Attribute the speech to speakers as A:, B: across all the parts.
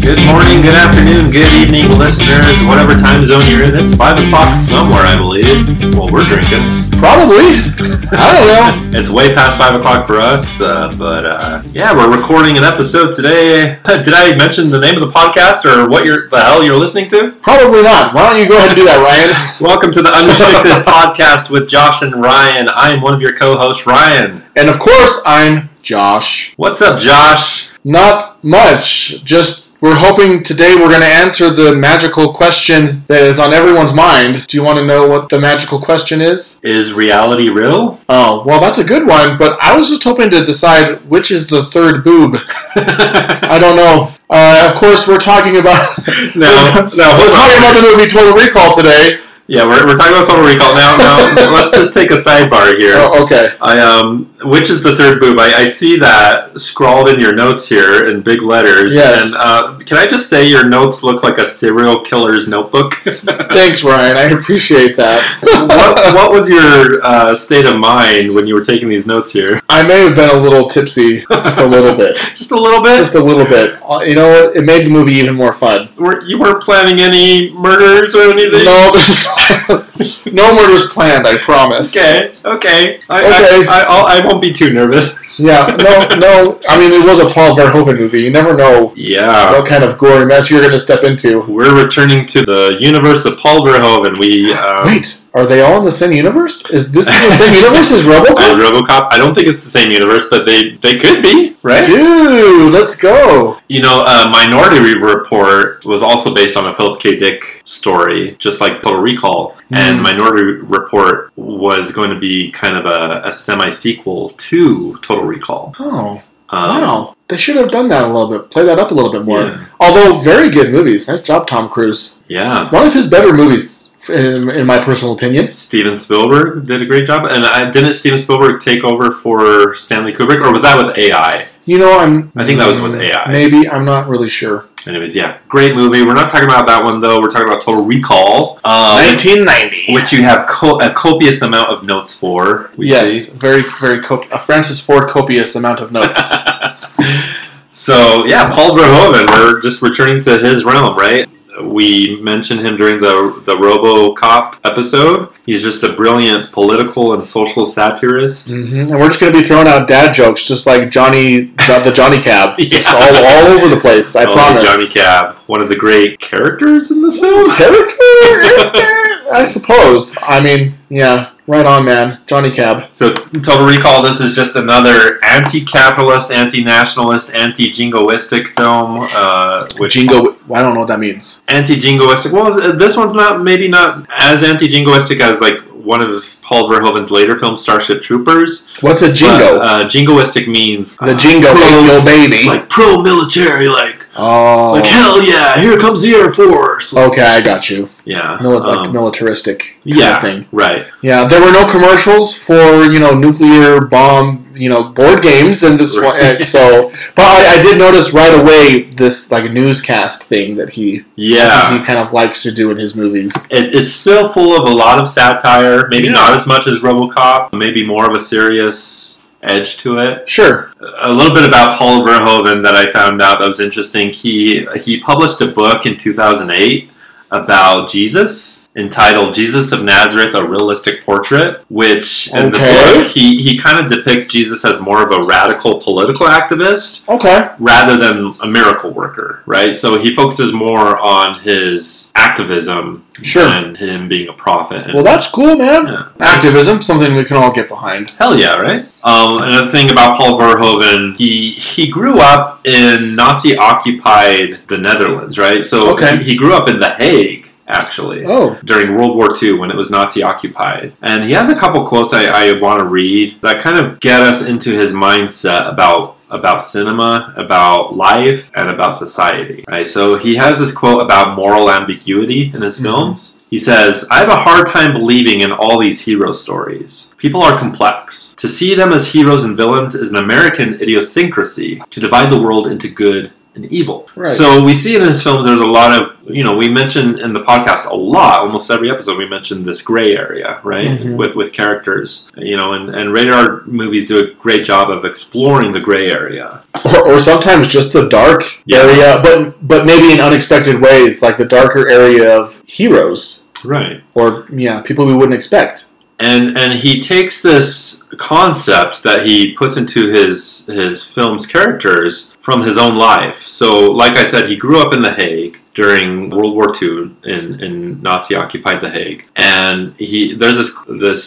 A: Good morning, good afternoon, good evening, listeners. Whatever time zone you're in, it's five o'clock somewhere, I believe. Well, we're drinking.
B: Probably. I don't know.
A: It's way past five o'clock for us, uh, but uh, yeah, we're recording an episode today. Did I mention the name of the podcast or what you're, the hell you're listening to?
B: Probably not. Why don't you go ahead and do that, Ryan?
A: Welcome to the Unrestricted Podcast with Josh and Ryan. I am one of your co-hosts, Ryan.
B: And of course, I'm Josh.
A: What's up, Josh?
B: Not much. Just we're hoping today we're going to answer the magical question that is on everyone's mind. Do you want to know what the magical question is?
A: Is reality real?
B: Oh, well, that's a good one, but I was just hoping to decide which is the third boob. I don't know. Uh, of course, we're talking about
A: no, no.
B: we're talking about the movie Total Recall today.
A: Yeah, we're, we're talking about Total Recall now. Now let's just take a sidebar here.
B: Oh, okay.
A: I um, which is the third boob? I, I see that scrawled in your notes here in big letters.
B: Yes.
A: And uh, can I just say your notes look like a serial killer's notebook?
B: Thanks, Ryan. I appreciate that.
A: what, what was your uh, state of mind when you were taking these notes here?
B: I may have been a little tipsy, just a little bit,
A: Just a little bit.
B: just a little bit. Uh, You know, what? it made the movie even more fun.
A: Were, you weren't planning any murders or anything.
B: No, no murders planned. I promise.
A: Okay. Okay. I,
B: Okay.
A: I, I, I'll, I won't be too nervous.
B: Yeah. No. No. I mean, it was a Paul Verhoeven movie. You never know
A: Yeah.
B: what kind of gory mess you're going to step into.
A: We're returning to the universe of Paul Verhoeven. We um,
B: Wait, are they all in the same universe? Is this in the same universe as
A: uh,
B: RoboCop?
A: RoboCop. I don't think it's the same universe, but they they could be, right?
B: Dude, let's go.
A: You know, uh, Minority Report was also based on a Philip K. Dick story, just like Total Recall. And
B: Hmm.
A: Minority Report was going to be kind of a, a semi sequel to Total Recall.
B: Oh,
A: Um,
B: wow. They should have done that a little bit. Play that up a little bit more.
A: Yeah.
B: Although, very good movies. Nice job, Tom Cruise.
A: Yeah.
B: One of his better movies, in, in my personal opinion.
A: Steven Spielberg did a great job, and I, didn't Steven Spielberg take over for Stanley Kubrick, or was that with AI?
B: You know, I'm.
A: I think that was with AI.
B: Maybe I'm not really sure.
A: Anyways, yeah, great movie. We're not talking about that one though. We're talking about Total Recall, um,
B: 1990.
A: which you have co- a copious amount of notes for. We
B: yes,
A: see.
B: very, very cop- a Francis Ford copious amount of notes.
A: So yeah, Paul Verhoeven. We're just returning to his realm, right? We mentioned him during the the RoboCop episode. He's just a brilliant political and social satirist.
B: hmm And we're just going to be throwing out dad jokes, just like Johnny, Jo- the Johnny Cab, just
A: Yeah.
B: all, all over the place. I
A: Oh,
B: promise.
A: Johnny Cab, one of the great characters in this film.
B: Character, I suppose. I mean, yeah, right on, man. Johnny Cab.
A: So, Total Recall, this is just another anti capitalist, anti nationalist, anti jingoistic film. Uh, which
B: Jingo. I don't know what that means.
A: Anti jingoistic. Well, this one's not, maybe not as anti jingoistic as like one of Paul Verhoeven's later films, Starship Troopers.
B: What's a
A: But,
B: jingo?
A: uh, jingoistic means.
B: the
A: uh,
B: jingo, ain't no baby.
A: Like pro military, like,
B: oh.
A: like hell yeah, here comes the Air Force.
B: Okay, I got you.
A: Yeah.
B: Mil- like
A: um,
B: militaristic kind
A: yeah,
B: of thing.
A: right.
B: Yeah, there were no commercials for you know nuclear bomb you know board games and this one.
A: Right.
B: and so, but I, I did notice right away this like newscast thing that he
A: Yeah.
B: he kind of likes to do in his movies.
A: It, it's still full of a lot of satire. Maybe
B: Yeah.
A: not as much as RoboCop. Maybe more of a serious edge to it.
B: Sure.
A: A little bit about Paul Verhoeven that I found out that was interesting. He he published a book in 2008 about Jesus entitled "Jesus of Nazareth: A Realistic Portrait," which in
B: Okay.
A: the book he he kind of depicts Jesus as more of a radical political activist
B: Okay.
A: rather than a miracle worker, right? So he focuses more on his activism
B: Sure.
A: and him being a prophet. And,
B: Well, that's cool, man.
A: yeah.
B: Activism, something we can all get behind.
A: Hell yeah, right? Um, another thing about Paul Verhoeven, he he grew up in Nazi occupied the Netherlands, right? So
B: Okay.
A: he, he grew up in The Hague, actually.
B: Oh,
A: During World War II, when it was Nazi occupied. And he has a couple quotes I, I want to read that kind of get us into his mindset about about cinema, about life, and about society. Right? So he has this quote about moral ambiguity in his
B: Mhm.
A: films. He says, I have a hard time believing in all these hero stories. People are complex. To see them as heroes and villains is an American idiosyncrasy to divide the world into good and evil.
B: Right.
A: So we see in his films there's a lot of you know we mentioned in the podcast a lot almost every episode we mentioned this gray area right
B: Mhm.
A: with with characters you know and, and radar movies do a great job of exploring the gray area
B: or, or sometimes just the dark
A: Yeah.
B: area, but but maybe in unexpected ways, like the darker area of heroes
A: right
B: or yeah, people we wouldn't expect.
A: and and he takes this concept that he puts into his his film's characters from his own life. So, like I said, he grew up in The Hague during World War II in, in Nazi occupied The Hague, and he there's this this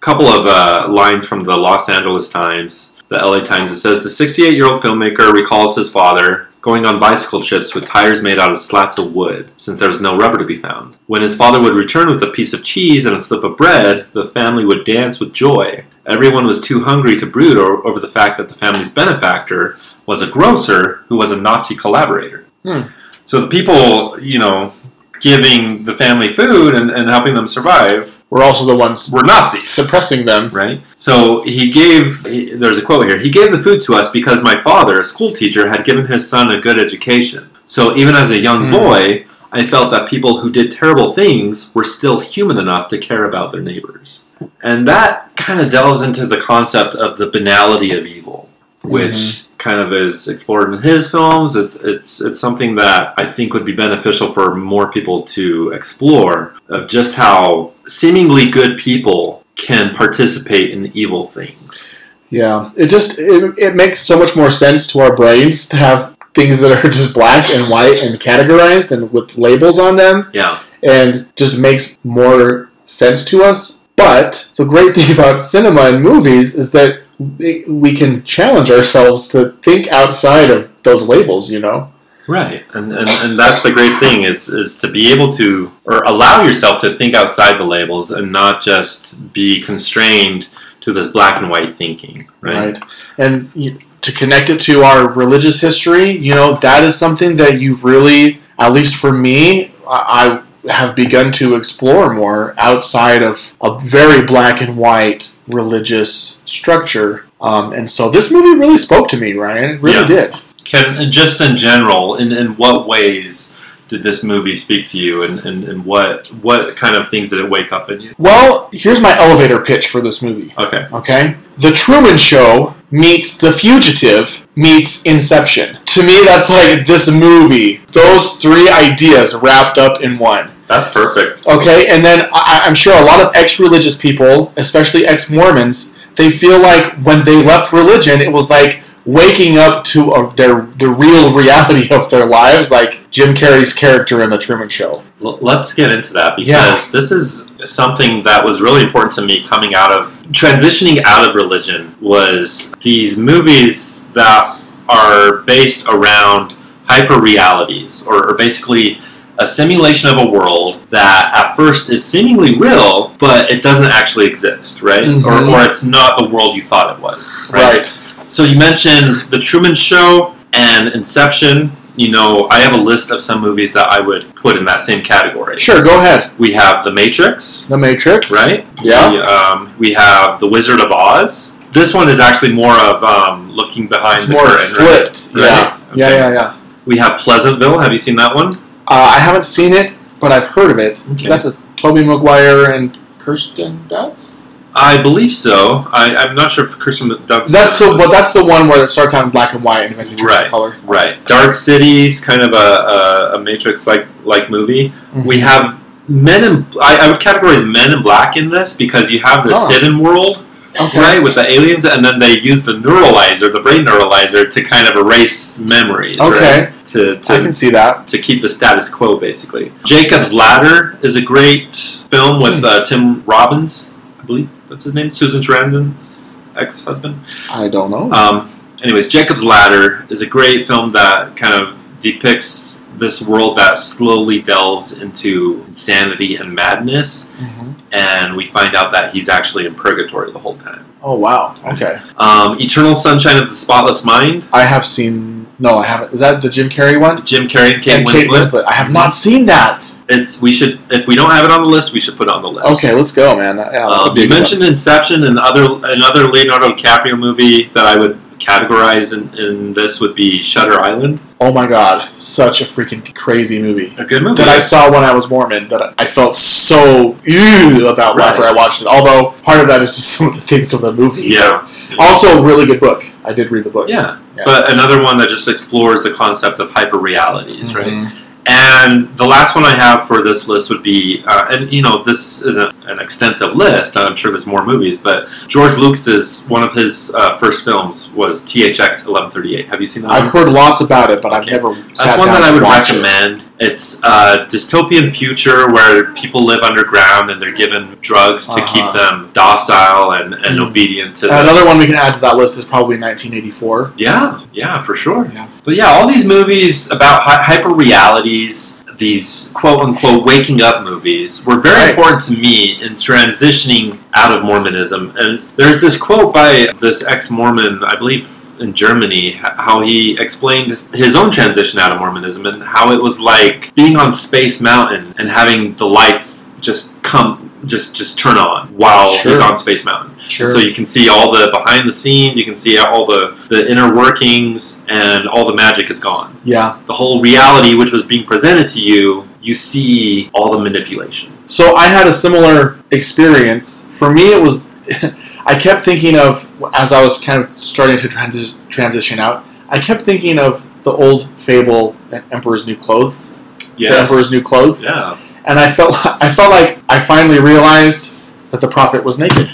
A: couple of uh, lines from the Los Angeles Times, the LA Times. It says the 68 year old filmmaker recalls his father. Going on bicycle trips with tires made out of slats of wood, since there was no rubber to be found. When his father would return with a piece of cheese and a slip of bread, the family would dance with joy. Everyone was too hungry to brood o- over the fact that the family's benefactor was a grocer who was a Nazi collaborator.
B: Hmm.
A: So the people, you know, giving the family food and, and helping them survive
B: We're also the ones
A: were Nazis.
B: suppressing them.
A: Right? So he gave, he- there's a quote here, he gave the food to us because my father, a school teacher, had given his son a good education. So even as a young
B: Hmm.
A: boy, I felt that people who did terrible things were still human enough to care about their neighbors. And that kind of delves into the concept of the banality of evil, which kind of is explored in his films. It's, it's, it's something that I think would be beneficial for more people to explore of just how seemingly good people can participate in evil things.
B: Yeah, it just it, it makes so much more sense to our brains to have things that are just black and white and categorized and with labels on them,
A: Yeah.
B: and just makes more sense to us. But the great thing about cinema and movies is that we we can challenge ourselves to think outside of those labels. You know.
A: Right. And, and and that's the great thing is is to be able to or allow yourself to think outside the labels and not just be constrained to this black and white thinking. Right.
B: right? And you, to connect it to our religious history, you know, that is something that you really, at least for me, I, I have begun to explore more outside of a very black and white religious structure. Um, and so this movie really spoke to me, Ryan. It really
A: Yeah.
B: did.
A: Can just in general, in, in what ways did this movie speak to you and, and, and what what kind of things did it wake up in you?
B: Well, here's my elevator pitch for this movie.
A: Okay.
B: Okay? The Truman Show meets The Fugitive meets Inception. To me, that's like this movie. Those three ideas wrapped up in one.
A: That's perfect.
B: Okay, and then I, I'm sure a lot of ex-religious people, especially ex-Mormons, they feel like when they left religion, it was like waking up to a, their the real reality of their lives, like Jim Carrey's character in The Truman Show.
A: L- let's get into that because
B: Yeah.
A: this is something that was really important to me coming out of transitioning out of religion was these movies that are based around hyper realities or, or basically a simulation of a world that at first is seemingly real but it doesn't actually exist right
B: Mhm.
A: or, or it's not the world you thought it was right? So you mentioned The Truman Show and Inception. You know, I have a list of some movies that I would put in that same category.
B: Sure. Go ahead.
A: We have The Matrix,
B: The Matrix.
A: right?
B: Yeah.
A: We, um, we have The Wizard of Oz. This one is actually more of um, looking behind
B: It's
A: the
B: more
A: curtain. right?
B: flipped.
A: Right.
B: Yeah. Yeah.
A: Okay.
B: Yeah. Yeah.
A: We have Pleasantville. Have you seen that one?
B: Uh, I haven't seen it, but I've heard of it.
A: Okay.
B: That's a Toby Maguire and Kirsten Dunst.
A: I believe so. I, I'm not sure if Kirsten Dunst.
B: That's the well, that's the one where it starts out in black and white and eventually turns to
A: Right.
B: color.
A: right. Dark Cities, kind of a, a, a Matrix like like movie.
B: Mm-hmm.
A: We have Men in. I, I would categorize Men in Black in this because you have this
B: Oh.
A: hidden world,
B: okay.
A: right, with the aliens, and then they use the neuralizer, the brain neuralizer, to kind of erase memories,
B: Okay.
A: right? To
B: I
A: to.
B: can see that.
A: To keep the status quo, basically. Jacob's Ladder is a great film with uh, Tim Robbins, I believe that's his name, Susan Sarandon's ex-husband.
B: I don't know.
A: Um, anyways, Jacob's Ladder is a great film that kind of depicts this world that slowly delves into insanity and madness,
B: Mm-hmm.
A: and we find out that he's actually in purgatory the whole time.
B: Oh wow. Okay.
A: Um, Eternal Sunshine of the Spotless Mind,
B: I have seen. No, I haven't. Is that the Jim Carrey one?
A: Jim Carrey and Kate
B: And
A: Winslet.
B: Kate Winslet. I have not seen that.
A: It's we should if we don't have it on the list, we should put it on the list.
B: Okay, let's go, man. Yeah, that
A: Um,
B: would be a
A: you
B: good
A: mentioned Inception and other another Leonardo DiCaprio movie that I would categorize in, in this would be Shutter Island.
B: Oh my god, such a freaking crazy movie
A: A good movie.
B: that I saw when I was Mormon that I felt so ew about
A: Right.
B: after I watched it. Although part of that is just some of the themes of the movie.
A: yeah.
B: Also, a really good book. I did read the book.
A: yeah.
B: Yeah.
A: But another one that just explores the concept of hyperrealities, right?
B: Mhm.
A: And the last one I have for this list would be, uh, and you know, this isn't an extensive list. I'm sure there's more movies, but George Lucas's one of his uh, first films was THX 1138. Have you seen that?
B: I've
A: one?
B: heard lots about it, but I've
A: Okay.
B: never.
A: That's
B: sat
A: one
B: down
A: that
B: to
A: I would
B: watch it.
A: recommend. It's a dystopian future where people live underground and they're given drugs to keep
B: Uh-huh.
A: them docile and, and
B: Mm.
A: obedient to.
B: And
A: the-
B: another one we can add to that list is probably 1984.
A: Yeah, yeah, for sure.
B: Yeah.
A: But yeah, all these movies about hy- hyper realities, these quote unquote waking up movies, were very
B: Right.
A: important to me in transitioning out of Mormonism. And there's this quote by this ex Mormon, I believe in Germany, h- how he explained his own transition out of Mormonism and how it was like being on Space Mountain and having the lights just come. Just, just turn on while he's
B: Sure.
A: on Space Mountain.
B: Sure.
A: So you can see all the behind the scenes, you can see all the, the inner workings, and all the magic is gone.
B: yeah.
A: The whole reality which was being presented to you, you see all the manipulation.
B: So I had a similar experience. For me, it was. I kept thinking of as I was kind of starting to transi- transition out. I kept thinking of the old fable, "Emperor's New Clothes." The Emperor's New Clothes.
A: Yeah.
B: And I felt. I felt like I finally realized that the prophet was naked.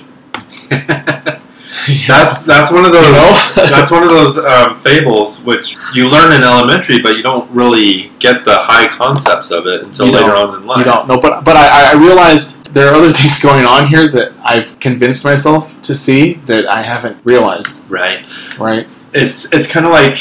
A: that's that's one of
B: You
A: those
B: know?
A: that's one of those um, fables which you learn in elementary, but you don't really get the high concepts of it until
B: You
A: later
B: don't.
A: on in life.
B: You don't know, but but I, I realized there are other things going on here that I've convinced myself to see that I haven't realized.
A: Right.
B: Right?
A: It's it's kind of like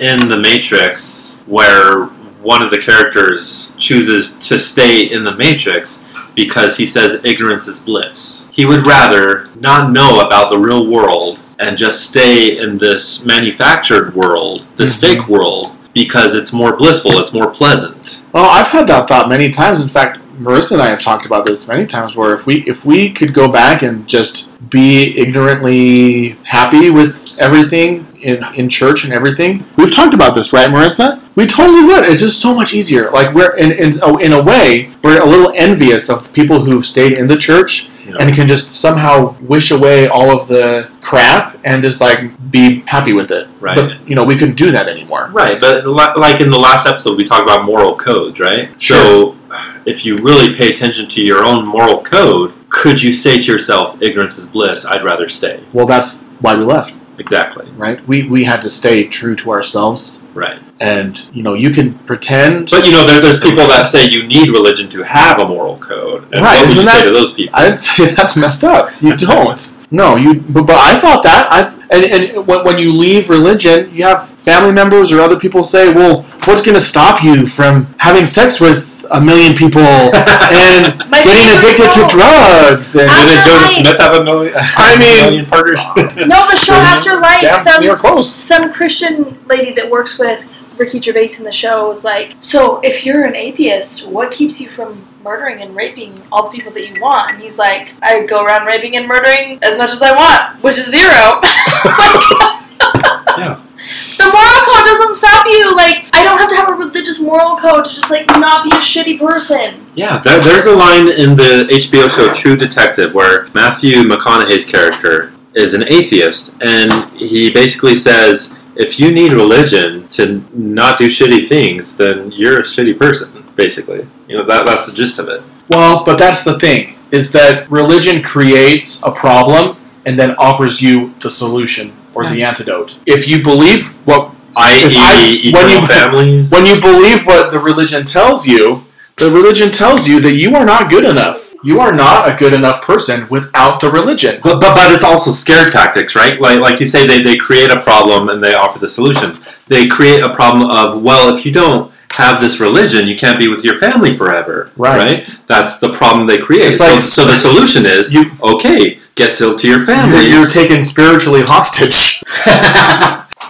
A: in the Matrix where one of the characters chooses to stay in the Matrix because he says ignorance is bliss. He would rather not know about the real world and just stay in this manufactured world, this
B: Mhm.
A: fake world because it's more blissful, it's more pleasant.
B: Well, I've had that thought many times. In fact, Marissa and I have talked about this many times. Where if we if we could go back and just be ignorantly happy with everything in, in church and everything, we've talked about this, right, Marissa? We totally would. It's just so much easier. Like we're in in, oh, in a way we're a little envious of the people who've stayed in the church
A: You know?
B: and can just somehow wish away all of the crap and just like be happy with it.
A: right.
B: But you know, we couldn't do that anymore.
A: Right, but li- like in the last episode, we talked about moral codes, right?
B: Sure.
A: So, if you really pay attention to your own moral code, could you say to yourself, ignorance is bliss, I'd rather stay?
B: Well, that's why we left,
A: Exactly,
B: right? We we had to stay true to ourselves,
A: right.
B: and you know, you can pretend.
A: But you know, there, there's people that say you need religion to have a moral code. And
B: Right,
A: what would you
B: isn't
A: say
B: that-
A: to those people?
B: I'd say that's messed up. You don't. No, you. But, but I thought that I. And, and when, when you leave religion, you have family members or other people say, "Well, what's going to stop you from having sex with a million people and
C: My
B: getting
C: favorite
B: addicted to
C: quote.
B: drugs?" And
C: After
A: Didn't Joseph
C: life.
A: Smith have a million,
B: I mean-
A: million partners?
C: No, the show
A: Remember?
C: After Life.
B: Yeah,
C: some
B: we are close.
C: some Christian lady that works with Ricky Gervais in the show was like, "So if you're an atheist, what keeps you from murdering and raping all the people that you want?" And he's like, "I go around raping and murdering as much as I want, which is zero.
A: Yeah.
C: The moral code doesn't stop you. Like, I don't have to have a religious moral code to just like not be a shitty person.
A: Yeah, there, there's a line in the HBO show True Detective where Matthew McConaughey's character is an atheist, and he basically says, if you need religion to not do shitty things, then you're a shitty person, basically. You know, that, that's the gist of it.
B: Well, but that's the thing is that religion creates a problem and then offers you the solution or the antidote. If you believe what If I-
A: I.e.,
B: when
A: equal
B: you-
A: E families.
B: when you believe what the religion tells you, the religion tells you that you are not good enough. You are not a good enough person without the religion.
A: But, but, but it's also scare tactics, right? Like, like you say, they, they create a problem and they offer the solution. They create a problem of, well, if you don't have this religion, you can't be with your family forever,
B: Right.
A: That's the problem they create.
B: It's
A: So,
B: like-
A: so the solution is,
B: You
A: okay, get sealed to your
B: you're,
A: family.
B: you're taken spiritually hostage.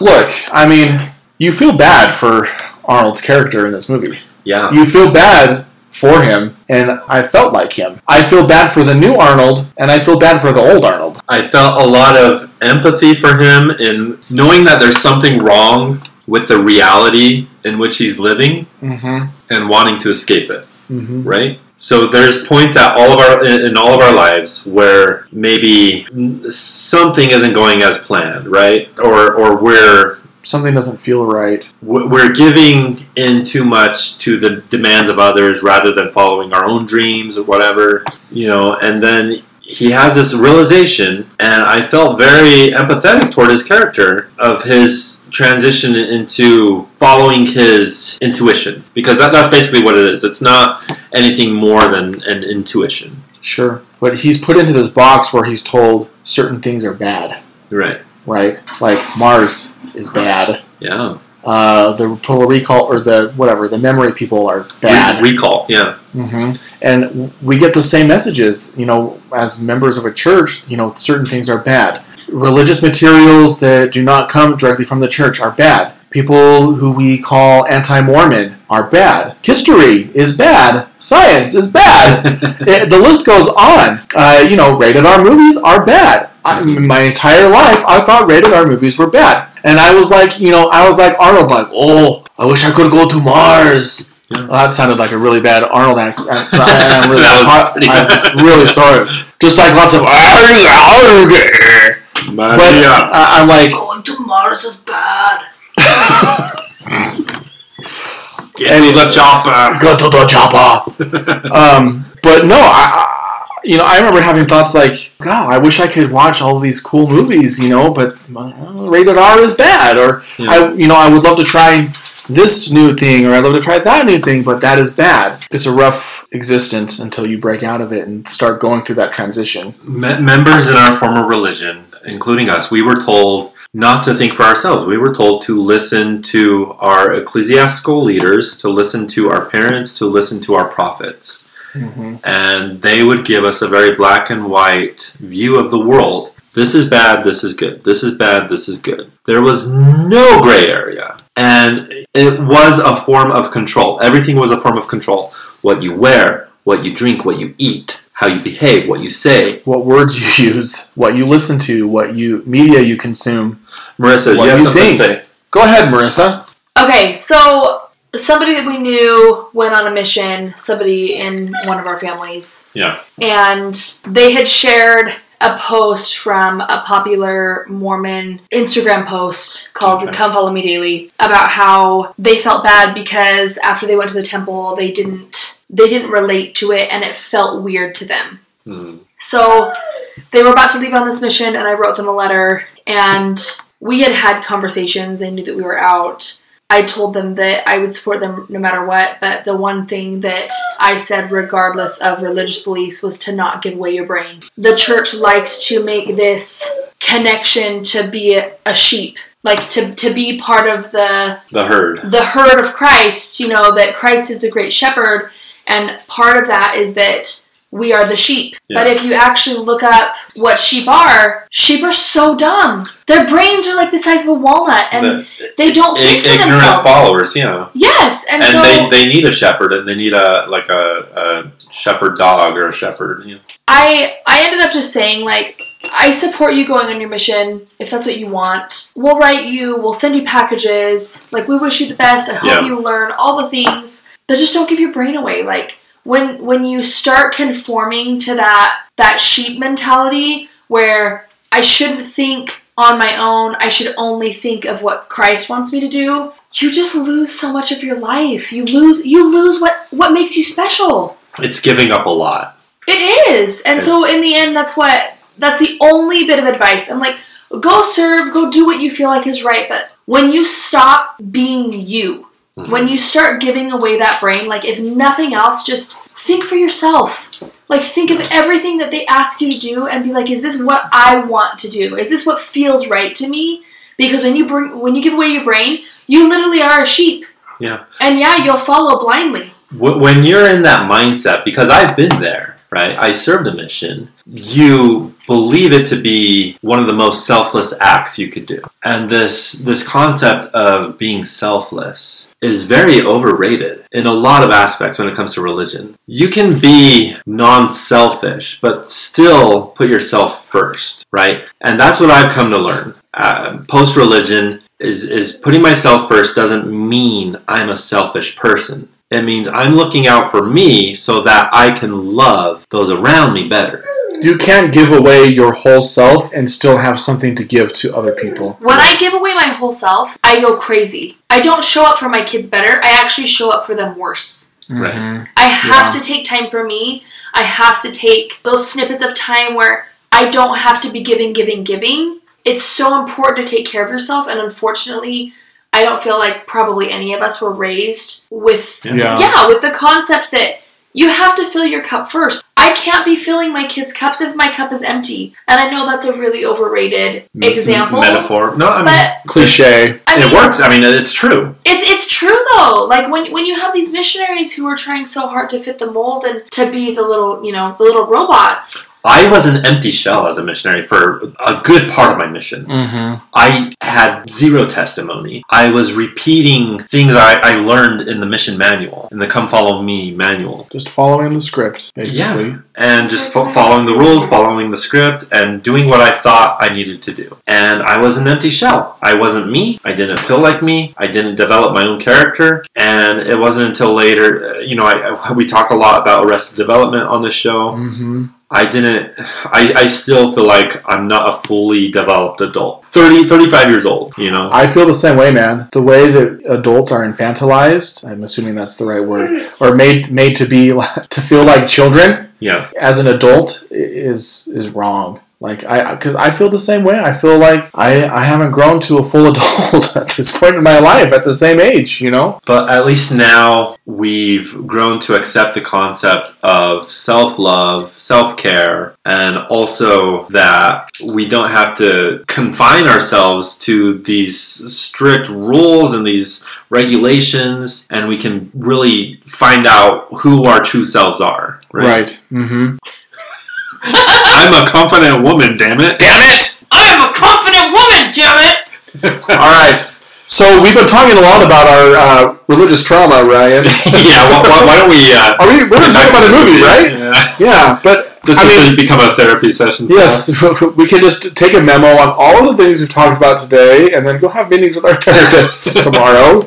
B: Look, I mean, you feel bad for Arnold's character in this movie.
A: yeah,
B: You feel bad for him, and I felt like him. I feel bad for the new Arnold, and I feel bad for the old Arnold.
A: I felt a lot of empathy for him and knowing that there's something wrong with the reality in which he's living
B: Mm-hmm.
A: and wanting to escape it,
B: Mm-hmm.
A: right? So there's points at all of our in in all of our lives where maybe something isn't going as planned, right? Or or we're
B: Something doesn't feel right.
A: we're we're giving in too much to the demands of others rather than following our own dreams or whatever, you know, and then he has this realization and I felt very empathetic toward his character of his transition into following his intuition because that, that's basically what it is. It's not anything more than an intuition.
B: Sure. But he's put into this box where he's told certain things are bad,
A: Right.
B: right? Like Mars is bad.
A: Yeah.
B: Uh, the total recall or the whatever the memory people are bad.
A: Re- recall. Yeah.
B: hmm And we get the same messages, you know, as members of a church, you know, certain things are bad. Religious materials that do not come directly from the church are bad. People who we call anti Mormon are bad. History is bad. Science is bad. It- Eh, the list goes on. Uh, you know, rated R movies are bad. I, my entire life, I thought rated R movies were bad. And I was like, you know, I was like Arnold, like, oh, I wish I could go to Mars.
A: Yeah.
B: Well, that sounded like a really bad Arnold accent. but I- I'm really,
A: That was
B: hot-
A: pretty
B: I'm
A: bad.
B: really sorry. Just like lots of, but
A: Uh, Maria.
B: I, I'm like,
C: Going to Mars is bad.
A: Get to the chopper.
B: go to the chopper. um, but no, I, I, you know, I remember having thoughts like, "God, I wish I could watch all these cool movies," you know, but uh, rated R is bad, or
A: Yeah.
B: I, you know, I would love to try this new thing, or I'd love to try that new thing, but that is bad. It's a rough existence until you break out of it and start going through that transition.
A: Me- members in our former religion, including us, we were told not to think for ourselves. We were told to listen to our ecclesiastical leaders, to listen to our parents, to listen to our prophets. Mm-hmm. And they would give us a very black and white view of the world. This is bad, this is good. This is bad, this is good. There was no gray area. And it was a form of control. Everything was a form of control. What you wear, what you drink, what you eat, how you behave, what you say,
B: What words you use, what you listen to, what you media you consume.
A: Marissa,
B: What
A: you have
B: do you
A: something
B: think?
A: to say?
B: Go ahead, Marissa.
C: Okay, so somebody that we knew went on a mission, somebody in one of our families.
A: Yeah.
C: And they had shared a post from a popular Mormon Instagram post called
A: Okay.
C: Come Follow Me Daily about how they felt bad because after they went to the temple, they didn't they didn't relate to it and it felt weird to them.
A: Hmm,
C: So they were about to leave on this mission, and I wrote them a letter. And we had had conversations. They knew that we were out. I told them that I would support them no matter what, but the one thing that I said, regardless of religious beliefs, was to not give away your brain. The church likes to make this connection to be a, a sheep, like to, to be part of the
A: The herd.
C: the herd of Christ, you know, that Christ is the great shepherd, and part of that is that we are the sheep.
A: Yeah.
C: But if you actually look up what sheep are, sheep are so dumb. Their brains are like the size of a walnut and
A: The
C: they don't
A: i-
C: think for
A: ignorant
C: themselves.
A: followers, yeah.
C: Yes, and,
A: And
C: so
A: they, they need a shepherd, and they need a like a, a shepherd dog or a shepherd. You know.
C: I I ended up just saying like I support you going on your mission if that's what you want. We'll write you, we'll send you packages. Like we wish you the best and hope
A: Yeah.
C: you learn all the things, but just don't give your brain away. Like when when you start conforming to that that sheep mentality where I shouldn't think on my own, I should only think of what Christ wants me to do. You just lose so much of your life. You lose you lose what what makes you special.
A: It's giving up a lot.
C: It is. And
A: Okay.
C: so in the end that's what that's the only bit of advice. I'm like, go serve, go do what you feel like is right, but when you stop being you,
A: Mm-hmm.
C: when you start giving away that brain, like if nothing else, just think for yourself. Like think of everything that they ask you to do and be like, is this what I want to do? Is this what feels right to me? Because when you bring when you give away your brain, you literally are a sheep.
A: Yeah.
C: And yeah, you'll follow blindly.
A: Wh- When you're in that mindset, because I've been there, right? I served a mission. You believe it to be one of the most selfless acts you could do. And this this concept of being selfless is very overrated in a lot of aspects when it comes to religion. You can be non-selfish but still put yourself first, right? And that's what I've come to learn. Uh, Post religion is is putting myself first doesn't mean I'm a selfish person. It means I'm looking out for me so that I can love those around me better.
B: You can't give away your whole self and still have something to give to other people.
D: When I give away my whole self, I go crazy. I don't show up for my kids better. I actually show up for them worse.
A: Right.
C: Mm-hmm.
B: Mhm.
D: I have
B: Yeah.
D: to take time for me. I have to take those snippets of time where I don't have to be giving, giving, giving. It's so important to take care of yourself, and unfortunately, I don't feel like probably any of us were raised with
B: Yeah.
D: yeah, with the concept that you have to fill your cup first. I can't be filling my kids' cups if my cup is empty. And I know that's a really overrated
B: M-
D: example.
A: Metaphor. No, I mean,
D: But
B: Cliche.
D: I mean,
A: it works. I mean, it's true.
D: It's it's true though. Like when when you have these missionaries who are trying so hard to fit the mold and to be the little you know the little robots.
A: I was an empty shell as a missionary for a good part of my mission.
B: Mm-hmm.
A: I had zero testimony. I was repeating things I, I learned in the mission manual, in the Come Follow Me manual.
B: Just following the script, basically.
A: and just
D: That's
A: fo-
D: right.
A: following the rules, following the script, and doing what I thought I needed to do. And I was an empty shell. I wasn't me. I didn't feel like me. I didn't develop my own character. And it wasn't until later, uh, you know, I, I- we talk a lot about Arrested Development on this show.
B: Mm-hmm.
A: I didn't, I, I still feel like I'm not a fully developed adult. 30, 35 years old, you know?
B: I feel the same way, man. The way that adults are infantilized, I'm assuming that's the right word, or made made to be to feel like children
A: Yeah.
B: as an adult i- is is wrong. Like I, because I feel the same way. I feel like I, I haven't grown to a full adult at this point in my life at the same age. You know,
A: But at least now we've grown to accept the concept of self love, self care, and also that we don't have to confine ourselves to these strict rules and these regulations, and we can really find out who our true selves are. Right.
B: Mm-hmm.
A: I'm a confident woman, damn it.
B: Damn it!
D: I am a confident woman, damn it!
B: All right. So we've been talking a lot about our uh, religious trauma, Ryan.
A: yeah, why, why, why don't we? Uh,
B: Are we? We're going to talk about a movie, right?
A: Yeah.
B: Yeah, but
A: This
B: I
A: is
B: mean-
A: going to become a therapy session.
B: yes, we can just take a memo on all of the things we've talked about today, and then go have meetings with our therapists tomorrow.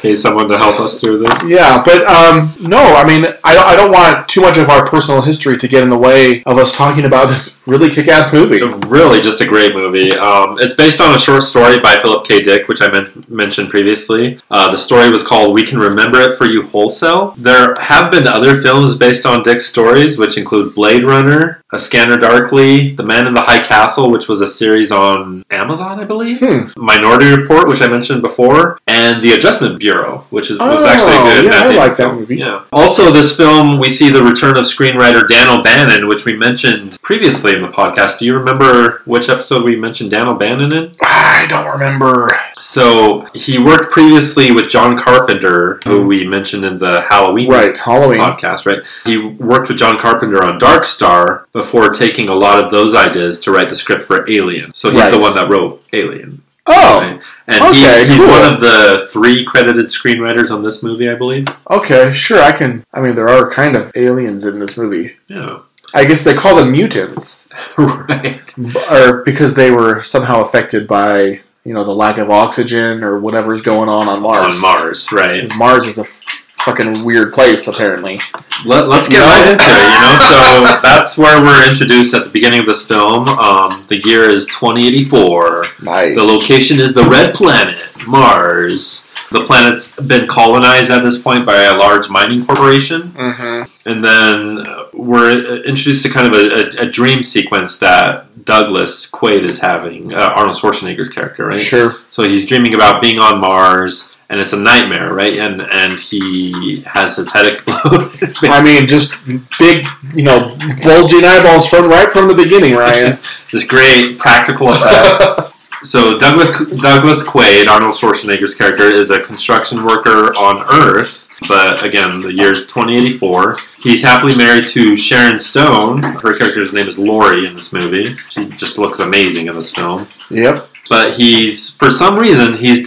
A: Pay someone to help us through this.
B: Yeah, but um, no, I mean, I, I don't want too much of our personal history to get in the way of us talking about this really kick-ass movie.
A: Really, just a great movie. Um, it's based on a short story by Philip K. Dick, which I men- mentioned previously. Uh, the story was called "We Can Remember It for You Wholesale." There have been other films based on Dick's stories, which include Blade Runner, A Scanner Darkly, The Man in the High Castle, which was a series on Amazon, I believe.
B: Hmm.
A: Minority Report, which I mentioned before, and The Adjustment Bureau, which is, was
B: Oh,
A: actually good.
B: yeah, I
A: Matthew
B: like that
A: film.
B: movie.
A: Yeah. Also, this film, we see the return of screenwriter Dan O'Bannon, which we mentioned previously in the podcast. Do you remember which episode we mentioned Dan O'Bannon in?
B: I don't remember.
A: So, he worked previously with John Carpenter, who we mentioned in the Halloween
B: Mm-hmm. Right, Halloween.
A: podcast, right? He worked with John Carpenter on Dark Star before taking a lot of those ideas to write the script for Alien. So, he's
B: Right.
A: the one that wrote Alien.
B: Oh,
A: Right. And
B: Okay,
A: he's, he's
B: cool.
A: one of the three credited screenwriters on this movie, I believe.
B: okay, sure. I can. I mean, there are kind of aliens in this movie.
A: Yeah.
B: I guess they call them mutants.
A: right.
B: or because they were somehow affected by you know the lack of oxygen or whatever's going on on Mars.
A: On Mars, right.
B: because Mars is a f- fucking weird place apparently.
A: Let, let's get right into it, you know? So that's where we're introduced at the beginning of this film. Um, the year is 2084.
B: Nice.
A: The location is the Red Planet, Mars. The planet's been colonized at this point by a large mining corporation.
B: Mm-hmm.
A: And then uh, we're introduced to kind of a, a, a dream sequence that Douglas Quaid is having, uh, Arnold Schwarzenegger's character, right?
B: Sure.
A: So he's dreaming about being on Mars, and it's a nightmare, right? And and he has his head explode.
B: I mean, just big, you know, bulging eyeballs from right from the beginning, Ryan.
A: this great practical effects. so Douglas Douglas Quaid, Arnold Schwarzenegger's character, is a construction worker on Earth But again, the year's 2084. He's happily married to Sharon Stone. Her character's name is Lori in this movie. She just looks amazing in this film
B: Yep.
A: but he's for some reason he's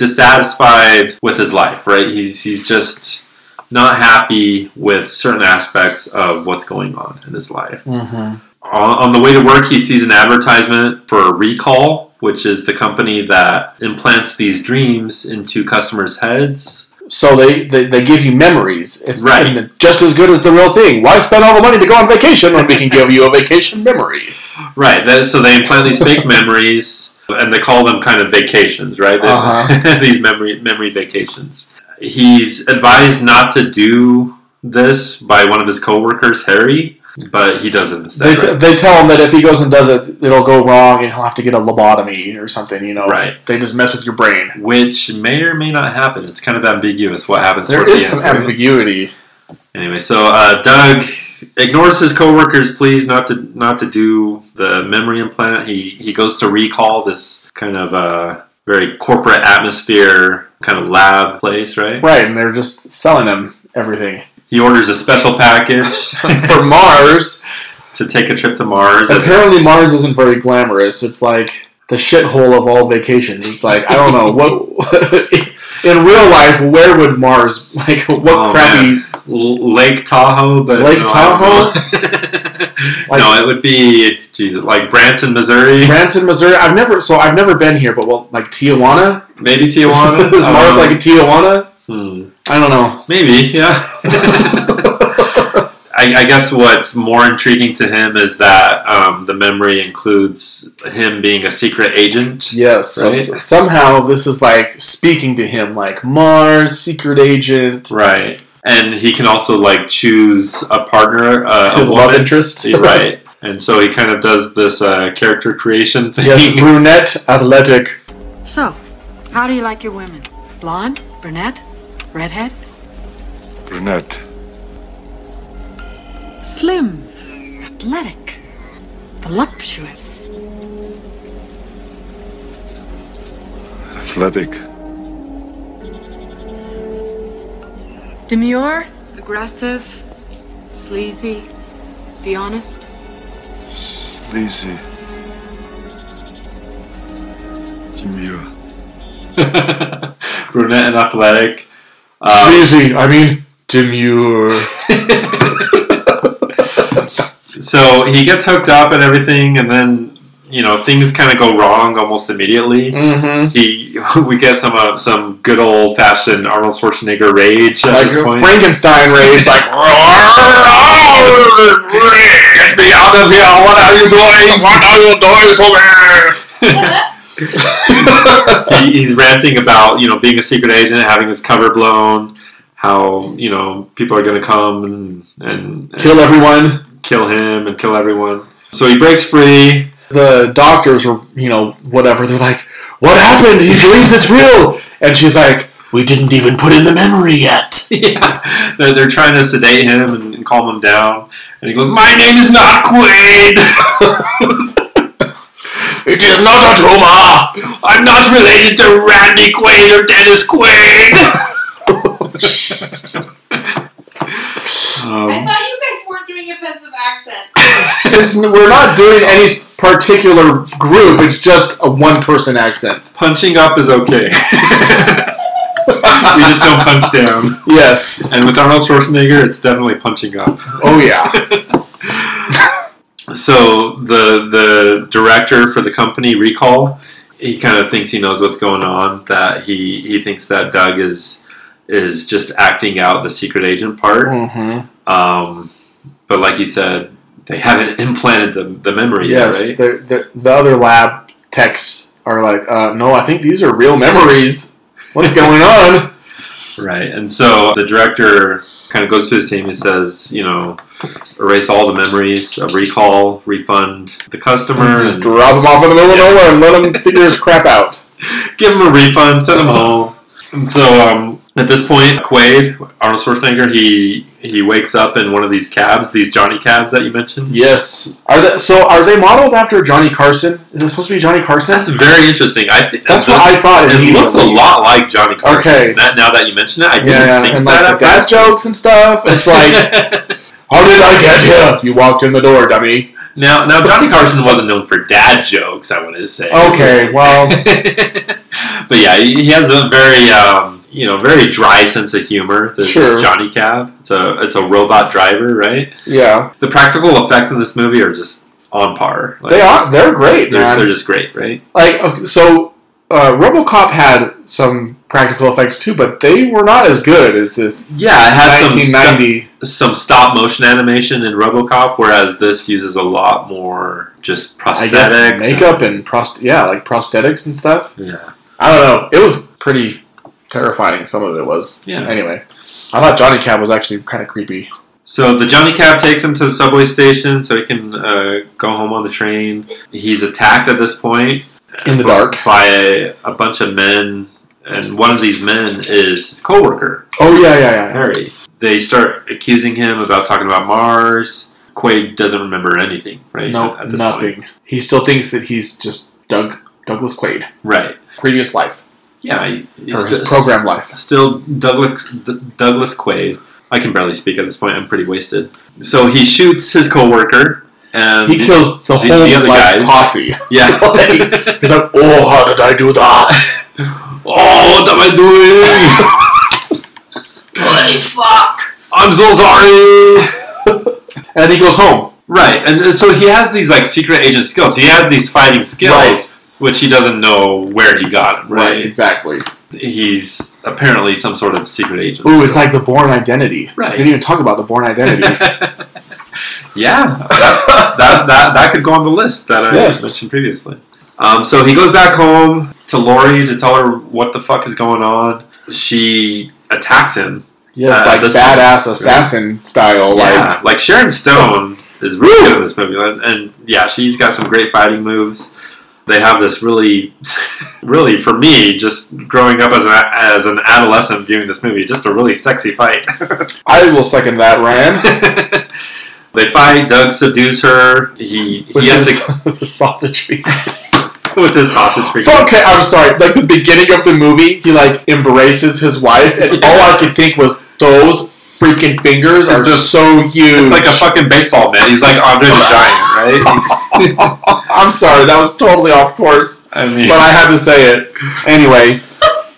A: dissatisfied with his life right he's he's just not happy with certain aspects of what's going on in his life
B: Mm-hmm.
A: on, on the way to work he sees an advertisement for recall which is the company that implants these dreams into customers heads
B: So they, they, they give you memories. It's
A: Right.
B: even just as good as the real thing. Why spend all the money to go on vacation when we can give you a vacation memory?
A: right that, so they implant these fake memories and they call them kind of vacations right They-
B: Uh-huh.
A: these memory memory vacations he's advised not to do this by one of his coworkers, Harry, but he does it
B: They,
A: instead.
B: t-
A: right?
B: they tell him that if he goes and does it, it'll go wrong and he'll have to get a lobotomy or something, you know.
A: Right.
B: They just mess with your brain.
A: Which may or may not happen. It's kind of ambiguous what happens.
B: There
A: toward the end
B: is some
A: of the movie.
B: ambiguity.
A: Anyway, so uh, Doug ignores his coworkers' pleas not to not to do the memory implant. He he goes to recall this kind of uh, very corporate atmosphere, kind of lab place, right?
B: Right, and they're just selling him everything.
A: He orders a special package
B: For Mars,
A: to take a trip to Mars. as a
B: apparently Mars isn't very glamorous. It's like the shithole of all vacations. It's like, I don't know, what. in real life, where would Mars, like, what
A: Oh,
B: crappy.
A: L- Lake Tahoe, but
B: Lake
A: no,
B: Tahoe?
A: I don't know.
B: Like-
A: no, it would be Jesus, like Branson, Missouri,
B: Branson, Missouri. I've never, so I've never been here, but well, like Tijuana?
A: maybe
B: Is
A: Tijuana.
B: Mars
A: I don't know.
B: like a Tijuana?
A: Hmm,
B: I don't know.
A: maybe, yeah. I, I guess what's more intriguing to him is that um, the memory includes him being a secret agent.
B: Yes. So
A: Right?
B: s- somehow this is like speaking to him, like Mars, secret agent,
A: Right, and he can also like choose a partner, uh,
B: his
A: a
B: love
A: woman.
B: interest.
A: right, and so he kind of does this uh, character creation thing.
B: yes, brunette, athletic.
E: So, how do you like your women? Blonde, brunette, redhead?
F: Brunette.
E: Slim, athletic, voluptuous.
F: Athletic.
E: Demure, aggressive, sleazy, be honest.
F: Sleazy. Demure.
A: brunette and athletic. Um,
B: Sleazy. I mean, demure.
A: so he gets hooked up and everything, and then you know things kind of go wrong almost immediately.
B: Mm-hmm.
A: He we get some uh, some good old fashioned Arnold Schwarzenegger rage at
B: Like
A: this point.
B: Frankenstein rage. Like,
A: Get me out of here! What are you doing? What are you doing to me? he, he's ranting about you know being a secret agent, having his cover blown, how you know people are going to come and, and, and
B: kill everyone.
A: kill him and kill everyone. So he breaks free.
B: The doctors were, you know, whatever. They're like, what happened? He believes it's real. And she's like, we didn't even put in the memory yet.
A: yeah, they're, they're trying to sedate him and, and calm him down. And he goes, "My name is not Quaid.
B: It is not a tumor.
A: I'm not related to Randy Quaid or Dennis Quaid."
D: I
A: um,
D: thought you guys weren't doing offensive accents.
B: It's, we're not doing any s- particular group. It's just a one-person accent.
A: punching up is okay. we just don't punch down.
B: Yes.
A: And with Arnold Schwarzenegger, it's definitely punching up.
B: Oh yeah.
A: So the the director for the company recall, he kind of thinks he knows what's going on. That he he thinks that Doug is is just acting out the secret agent part.
B: Mm-hmm.
A: Um, but like you said, they haven't implanted the, the memory
B: Yes.
A: yet, right?
B: The, the, the other lab techs are like, uh, no, I think these are real memories. What's going on?
A: Right. And so the director kind of goes to his team and says, you know, erase all the memories of recall, refund the customer,
B: Just
A: and
B: drop him off in the middle of nowhere and let him figure his crap out.
A: give him a refund, send him home. And so um, At this point, Quaid, Arnold Schwarzenegger, he he wakes up in one of these cabs, these Johnny cabs that you mentioned.
B: Yes. Are they, so are they modeled after Johnny Carson? Is it supposed to be Johnny
A: That's
B: Carson?
A: very interesting. I th-
B: That's what I thought.
A: It looks a lot like Johnny Carson.
B: Okay.
A: That, now that you mention it, I didn't
B: Yeah,
A: think
B: and
A: that.
B: like
A: at
B: the dad
A: first.
B: jokes and stuff. It's like, how did I get here? You walked in the door, dummy.
A: now, now Johnny Carson wasn't known for dad jokes. I wanted to say.
B: Okay, well,
A: but yeah, he he has a very um, you know very dry sense of humor. This
B: Sure.
A: Johnny Cab. It's a it's a robot driver, right?
B: yeah,
A: The practical effects in this movie are just on par. Like,
B: they are. They're great,
A: They're,
B: man.
A: they're just great, right?
B: like okay, so uh, robocop had some practical effects too but they were not as good as this
A: Yeah, it had some stu-
B: 1990
A: some stop motion animation in RoboCop, whereas this uses a lot more just
B: i
A: prosthetics,
B: guess makeup and prost- yeah like prosthetics and stuff
A: and- yeah,
B: i don't know it was pretty terrifying some of it was
A: Yeah.
B: anyway i thought johnny cab was actually kind of creepy
A: So the Johnny Cab takes him to the subway station so he can uh, go home on the train. He's attacked at this point
B: In the
A: by-
B: dark.
A: by a, a bunch of men, and one of these men is his coworker
B: oh yeah yeah yeah
A: Harry. They start accusing him about talking about Mars. Quaid doesn't remember anything, right?
B: no
A: at this
B: nothing
A: point.
B: he still thinks that he's just doug douglas quaid
A: Right?
B: previous life
A: Yeah, he, he's
B: or his
A: st-
B: program life
A: Still Douglas D- Douglas Quaid. I can barely speak at this point. I'm pretty wasted. So he shoots his coworker, and
B: he kills the,
A: the-
B: whole
A: the other
B: like,
A: guys.
B: posse
A: yeah.
B: he's like oh how did i do that
A: Oh, what am I doing?
D: Holy fuck!
A: I'm so sorry.
B: And then he goes home.
A: Right, and and so he has these like secret agent skills. He has these fighting skills,
B: Right.
A: which he doesn't know where he got. 'em, Right,
B: exactly.
A: he's apparently some sort of secret agent.
B: Ooh, it's like the Born Identity.
A: Right.
B: We didn't even talk about the Born Identity.
A: yeah, that's, that, that that could go on the list that I
B: Yes.
A: mentioned previously. Um, so he goes back home to Lori to tell her what the fuck is going on. She attacks him.
B: yes,
A: Uh,
B: like
A: this-
B: badass assassin style.
A: Yeah, like Sharon Stone is really good in this movie, and, and yeah, she's got some great fighting moves. They have this really, really for me, just growing up as an as an adolescent viewing this movie, just a really sexy fight.
B: Like I will second that, Ryan.
A: they fight. Doug subdues her. He
B: With
A: he has
B: his- with the sausage fingers.
A: to with his sausage fingers.
B: So, okay, I'm sorry. Like the beginning of the movie, he like embraces his wife, and all I could think was those freaking fingers are
A: It's a-
B: so huge.
A: It's like a fucking baseball mitt. He's like Andre the Giant, right?
B: I'm sorry, that was totally off course,
A: I mean,
B: but I had to say it anyway.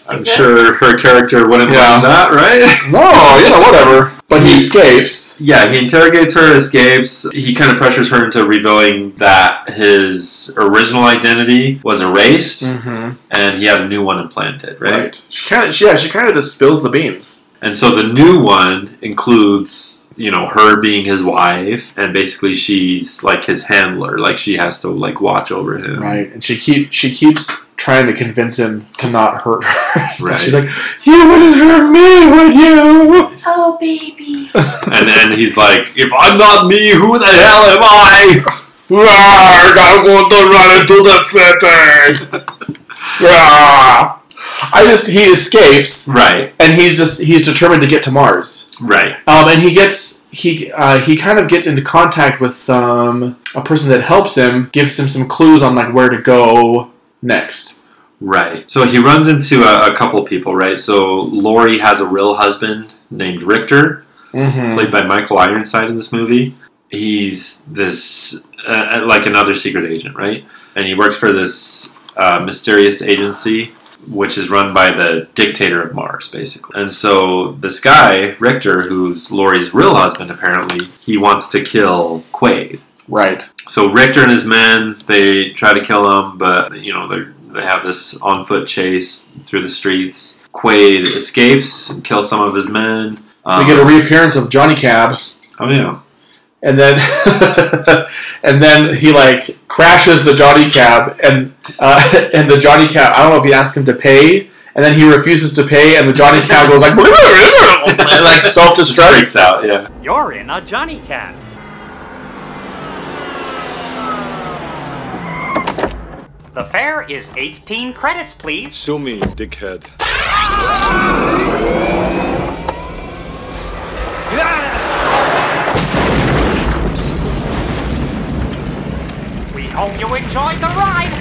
A: I'm sure her character wouldn't
B: Yeah.
A: mind that, right?
B: No, you know, whatever. But he escapes.
A: Yeah, he interrogates her, escapes. He kind of pressures her into revealing that his original identity was erased
B: Mm-hmm.
A: and he had a new one implanted, right?
B: She kind of, yeah, she kind of just spills the beans.
A: And so the new one includes, you know, her being his wife and basically she's like his handler, like she has to like watch over him.
B: Right, and she keep she keeps trying to convince him to not hurt her. So
A: Right.
B: She's like, "You wouldn't hurt me, would you?"
D: Oh, baby.
A: And then he's like, if I'm not me, who the hell am I?
B: Rawr, I'm going to run into the city. Rawr. I just he escapes,
A: Right,
B: and he's just he's determined to get to Mars.
A: right.
B: Um, and he gets he uh, he kind of gets into contact with some a person that helps him, gives him some clues on like where to go next.
A: Right. So he runs into a, a couple people, right? So Lori has a real husband named Richter,
B: Mm-hmm.
A: played by Michael Ironside in this movie. He's this, uh, like another secret agent, right? And he works for this uh, mysterious agency, which is run by the dictator of Mars, basically. And so this guy, Richter, who's Lori's real husband, apparently, he wants to kill Quaid.
B: Right.
A: So Richter and his men, they try to kill him, but you know they they have this on foot chase through the streets. Quaid escapes, and kills some of his men. Um,
B: we get a reappearance of Johnny Cab,
A: oh yeah,
B: and then and then he like crashes the Johnny Cab, and uh, and the Johnny Cab. I don't know if he asked him to pay, and then he refuses to pay, and the Johnny Cab goes like and, like self
A: freaks
B: destructs.
A: out. Yeah,
G: You're in a Johnny Cab. The fare is 18 credits, please.
F: Sue me, dickhead.
G: We hope you enjoyed the ride.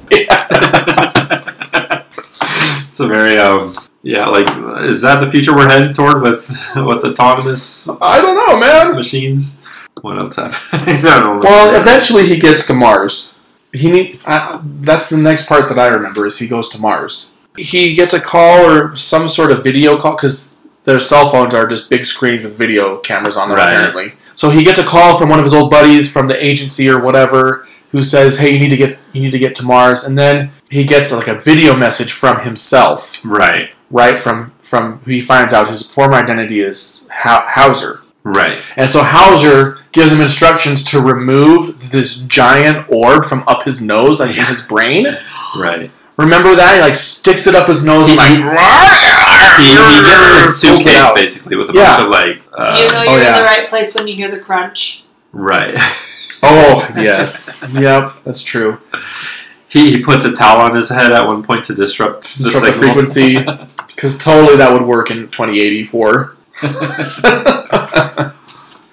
A: It's a very um yeah, like is that the future we're headed toward with with autonomous
B: I don't know, man.
A: machines? What else happened? I don't know.
B: Well, eventually he gets to Mars. He need, uh, that's the next part that I remember is he goes to Mars. He gets a call or some sort of video call because their cell phones are just big screens with video cameras on them
A: Right.
B: apparently. So he gets a call from one of his old buddies from the agency or whatever who says, "Hey, you need to get you need to get to Mars." And then he gets like a video message from himself
A: Right.
B: right from from who he finds out his former identity is Hau- Hauser,
A: Right.
B: and so Hauser gives him instructions to remove this giant orb from up his nose, like in his brain.
A: Right.
B: Remember that? He like sticks it up his nose, and,
A: He-
B: like
A: he- He, he gives him his
B: pulls it
A: suitcase
B: out.
A: basically with a
B: Yeah.
A: bunch of like uh,
D: you know
B: oh,
D: you're in
B: yeah.
D: the right place when you hear the crunch.
A: right.
B: Oh yes, yep, that's true.
A: He, he puts a towel on his head at one point to disrupt the,
B: Disrupt the
A: signal.
B: frequency, because totally that would work in 2084.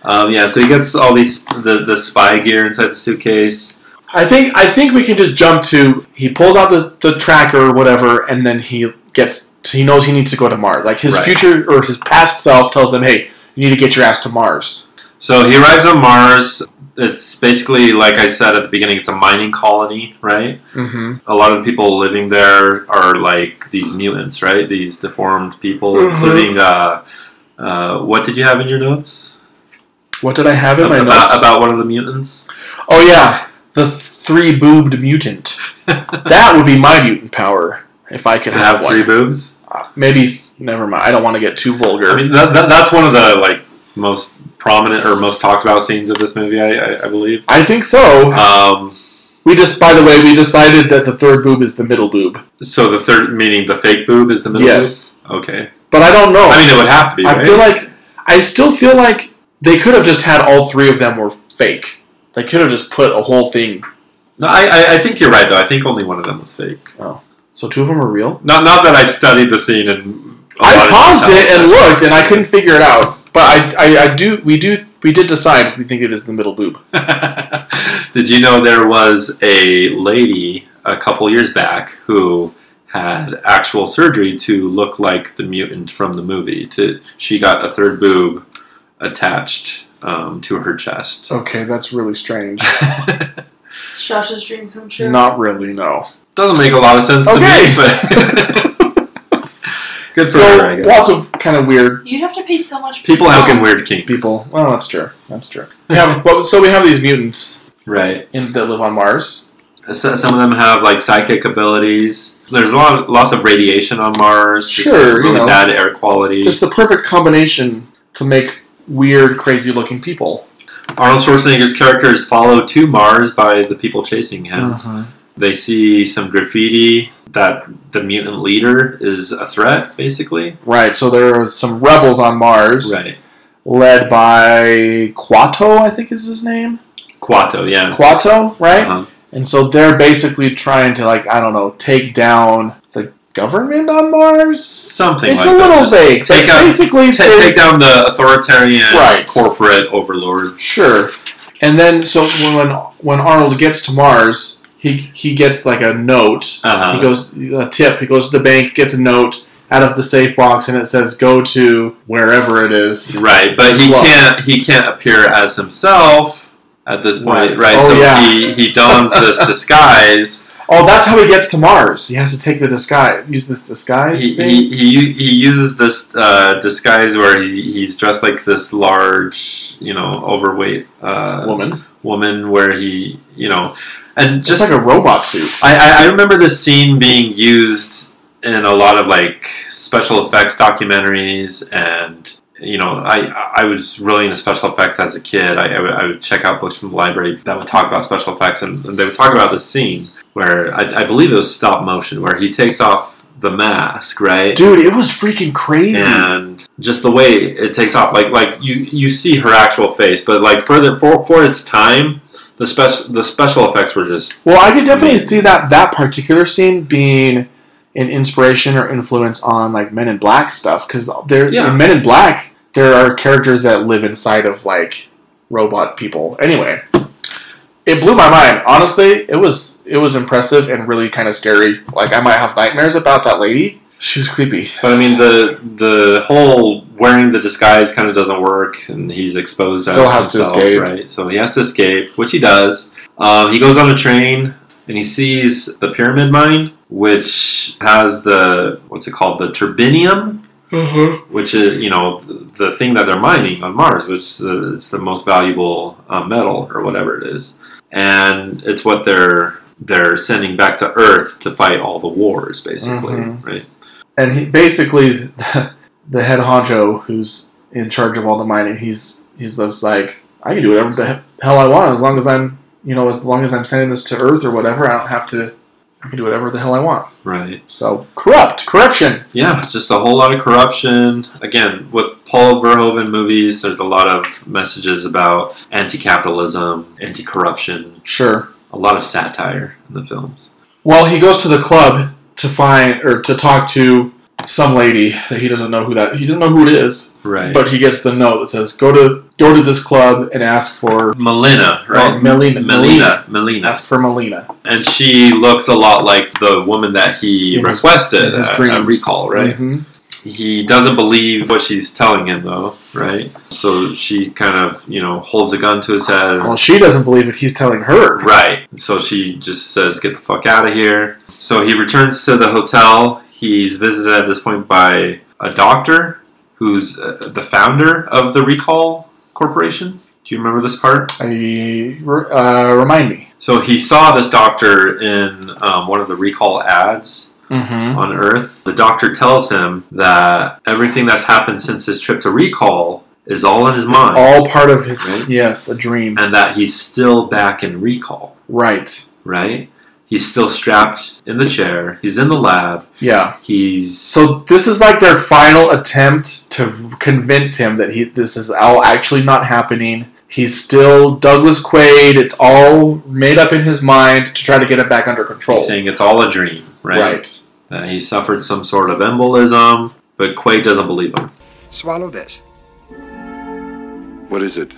A: Um, yeah, so he gets all these the, the spy gear inside the suitcase.
B: I think I think we can just jump to he pulls out the, the tracker or whatever, and then he gets he knows he needs to go to Mars. Like his
A: Right.
B: future or his past self tells him, "Hey, you need to get your ass to Mars."
A: So he arrives on Mars. It's basically like I said at the beginning. It's a mining colony, right?
B: Mm-hmm.
A: A lot of the people living there are like these mutants, right? These deformed people,
B: Mhm.
A: including uh, uh, what did you have in your notes?
B: What did I have in my
A: about,
B: notes?
A: about one of the mutants.
B: oh yeah, the three boobed mutant. that would be my mutant power if I could
A: To
B: have,
A: have
B: one.
A: three boobs.
B: Uh, Maybe never mind. I don't want to get too vulgar.
A: I mean, that, that, that's one of the like most prominent or most talked about scenes of this movie, I, I, I believe.
B: I think so.
A: Um,
B: we just, by the way, we decided that the third boob is the middle boob.
A: so the third, meaning the fake boob, is the middle.
B: yes,
A: Boob? Okay.
B: but I don't know.
A: I mean, it would have to be.
B: I
A: right?
B: feel like I still feel like they could have just had all three of them were fake. They could have just put a whole thing.
A: No, I, I, I think you're right though. I think only one of them was fake.
B: So two of them are real.
A: Not not that I studied the scene and. a
B: I
A: lot of
B: paused
A: detail,
B: it
A: but-
B: and looked, and I couldn't figure it out. But I, I, I do. We do. We did decide. We think it is the middle boob.
A: Did you know there was a lady a couple years back who had actual surgery to look like the mutant from the movie? To she got a third boob attached um, to her chest.
B: Okay, that's really strange.
D: It's Josh's dream come true.
B: Not really. No.
A: Doesn't make a lot of sense
B: Okay.
A: to me, but good for her, I
B: So
A: guess.
B: lots of kind of weird
D: You have to pay so much. for
A: People have some
D: those.
A: weird kinks.
B: people. Well, that's true. That's true. We have, well, so we have these mutants
A: right?
B: in, that live on Mars.
A: So- Some of them have like psychic abilities. There's a lot, lots of radiation on Mars. just
B: Sure, you
A: really
B: know.
A: bad air quality.
B: Just the perfect combination to make weird, crazy-looking people.
A: Arnold Schwarzenegger's character is followed to Mars by the people chasing him.
B: Mm-hmm.
A: They see some graffiti that the mutant leader is a threat, basically.
B: Right, so there are some rebels on Mars,
A: Right.
B: led by Quato, I think is his name.
A: Quato, yeah.
B: Quato, right?
A: Uh-huh.
B: And so they're basically trying to, like, I don't know, take down the government on Mars.
A: Something
B: it's
A: like
B: a
A: that.
B: little
A: Just
B: vague. but
A: Take, out,
B: basically,
A: ta-
B: they-
A: take down the authoritarian
B: Right.
A: corporate overlords.
B: sure. And then, so when when Arnold gets to Mars, he he gets like a note.
A: Uh-huh.
B: He goes a tip. He goes to the bank, gets a note out of the safe box, and it says, "Go to wherever it is."
A: Right, but he
B: Well-
A: can't he can't appear as himself at this point,
B: Right.
A: right?
B: Oh,
A: so
B: yeah.
A: he, he dons this disguise.
B: Oh, that's how he gets to Mars. He has to take the disguise, use this disguise
A: He,
B: thing.
A: he, he, u- he uses this uh, disguise where he, he's dressed like this large, you know, overweight uh,
B: Woman,
A: woman where he, you know, and
B: just
A: just
B: like a robot suit.
A: I, I- I remember this scene being used in a lot of like special effects documentaries and you know i i was really into special effects as a kid i, I, would, I would check out books from the library that would talk about special effects and, and they would talk about this scene where I, I believe it was stop motion where he takes off the mask right
B: Dude, it was freaking crazy.
A: and just the way it takes off like like you you see her actual face but like for the for, for its time the spec the special effects were just
B: Well, I could definitely see that that particular scene being an inspiration or influence on like Men in Black stuff because there
A: Yeah.
B: in Men in Black there are characters that live inside of like robot people. Anyway, it blew my mind. Honestly, it was it was impressive and really kind of scary. Like I might have nightmares about that lady. She was creepy.
A: But I mean, the the whole wearing the disguise kind of doesn't work, and he's exposed
B: Still
A: as
B: has to
A: himself,
B: escape.
A: right? So he has to escape, which he does. Um, he goes on a train and he sees the pyramid mine, which has the what's it called, the turbinium, which is you know the thing that they're mining on Mars, which is the, it's the most valuable uh, metal or whatever it is, and it's what they're they're sending back to Earth to fight all the wars, basically,
B: Mhm.
A: right?
B: and he basically the, head honcho who's in charge of all the mining he's he's just like i can do whatever the he- hell i want as long as i'm you know as long as i'm sending this to earth or whatever i don't have to i can do whatever the hell i want
A: Right.
B: so corrupt corruption
A: Yeah, just a whole lot of corruption. Again, with Paul Verhoeven movies, there's a lot of messages about anti-capitalism, anti-corruption,
B: sure
A: a lot of satire in the films.
B: well he goes to the club to find or to talk to some lady that he doesn't know who that he doesn't know who it is
A: Right.
B: but he gets the note that says go to go to this club and ask for
A: Melina, right?
B: well, Melina,
A: Melina, Melina,
B: ask for Melina
A: and she looks a lot like the woman that he
B: In his-
A: requested
B: his
A: at-
B: dreams.
A: at recall, right?
B: Mhm.
A: He doesn't believe what she's telling him, though, right? So she kind of, you know, holds a gun to his head.
B: Well, she doesn't believe it. He's telling her.
A: Right. So she just says, get the fuck out of here. So he returns to the hotel. He's visited at this point by a doctor who's uh, the founder of the Recall Corporation. Do you remember this part?
B: I, uh, remind me.
A: So he saw this doctor in um, one of the Recall ads
B: Mm-hmm.
A: on Earth. The doctor tells him that everything that's happened since his trip to Recall is all in his mind.
B: All part of his
A: Right.
B: yes, a dream.
A: and that he's still back in Recall.
B: Right.
A: right? He's still strapped in the chair. He's in the lab.
B: Yeah.
A: He's
B: So this is like their final attempt to convince him that he this is all actually not happening. He's still Douglas Quaid. It's all made up in his mind to try to get it back under control.
A: he's saying it's all a dream, right?
B: right.
A: That he suffered some sort of embolism, but Quaid doesn't believe him.
H: Swallow this.
F: What is it?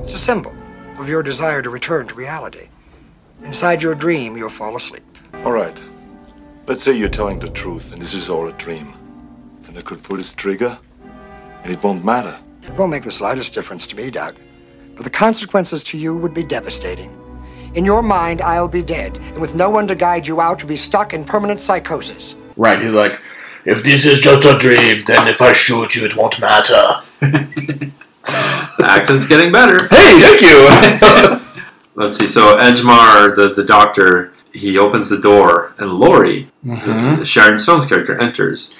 H: It's a symbol of your desire to return to reality. Inside your dream, you'll fall asleep.
F: All right. Let's say you're telling the truth and this is all a dream. Then I could pull this trigger and it won't matter.
H: It won't make the slightest difference to me, Doug. But the consequences to you would be devastating. In your mind, I'll be dead, and with no one to guide you out, you'll be stuck in permanent psychosis.
B: Right. He's like, if this is just a dream, then if I shoot you, it won't matter.
A: The accent's getting better.
B: Hey, thank you.
A: Let's see. So Edgemar, the, the doctor, he opens the door, and Lori,
B: Mhm.
A: Sharon Stone's character, enters,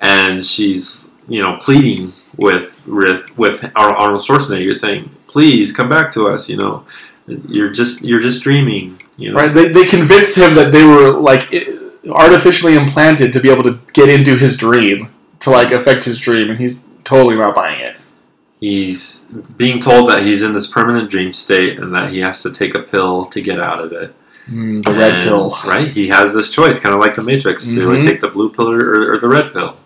A: and she's you know pleading with with with Ar- Arnold Schwarzenegger, saying, "Please come back to us. You know, you're just you're just dreaming. You know,
B: Right? They, they convinced him that they were like i- artificially implanted to be able to get into his dream to like affect his dream, and he's totally not buying it.
A: He's being told that he's in this permanent dream state and that he has to take a pill to get out of it.
B: Mm, the red
A: And,
B: pill.
A: Right? He has this choice, kind of like the Matrix. Do I
B: Mhm.
A: take the blue pill or, or the red pill?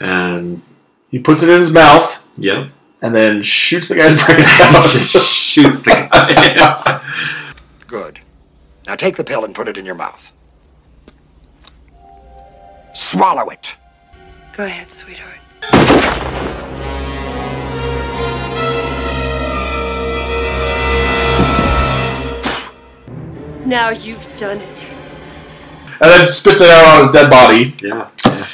A: And,
B: He puts it in his mouth
A: yeah.
B: and then shoots the guy's brains
A: just
B: out.
A: shoots the guy.
H: Good. Now take the pill and put it in your mouth. Swallow it.
E: Go ahead, sweetheart.
I: Now you've done it.
B: and then spits it out on his dead body.
A: yeah. yeah.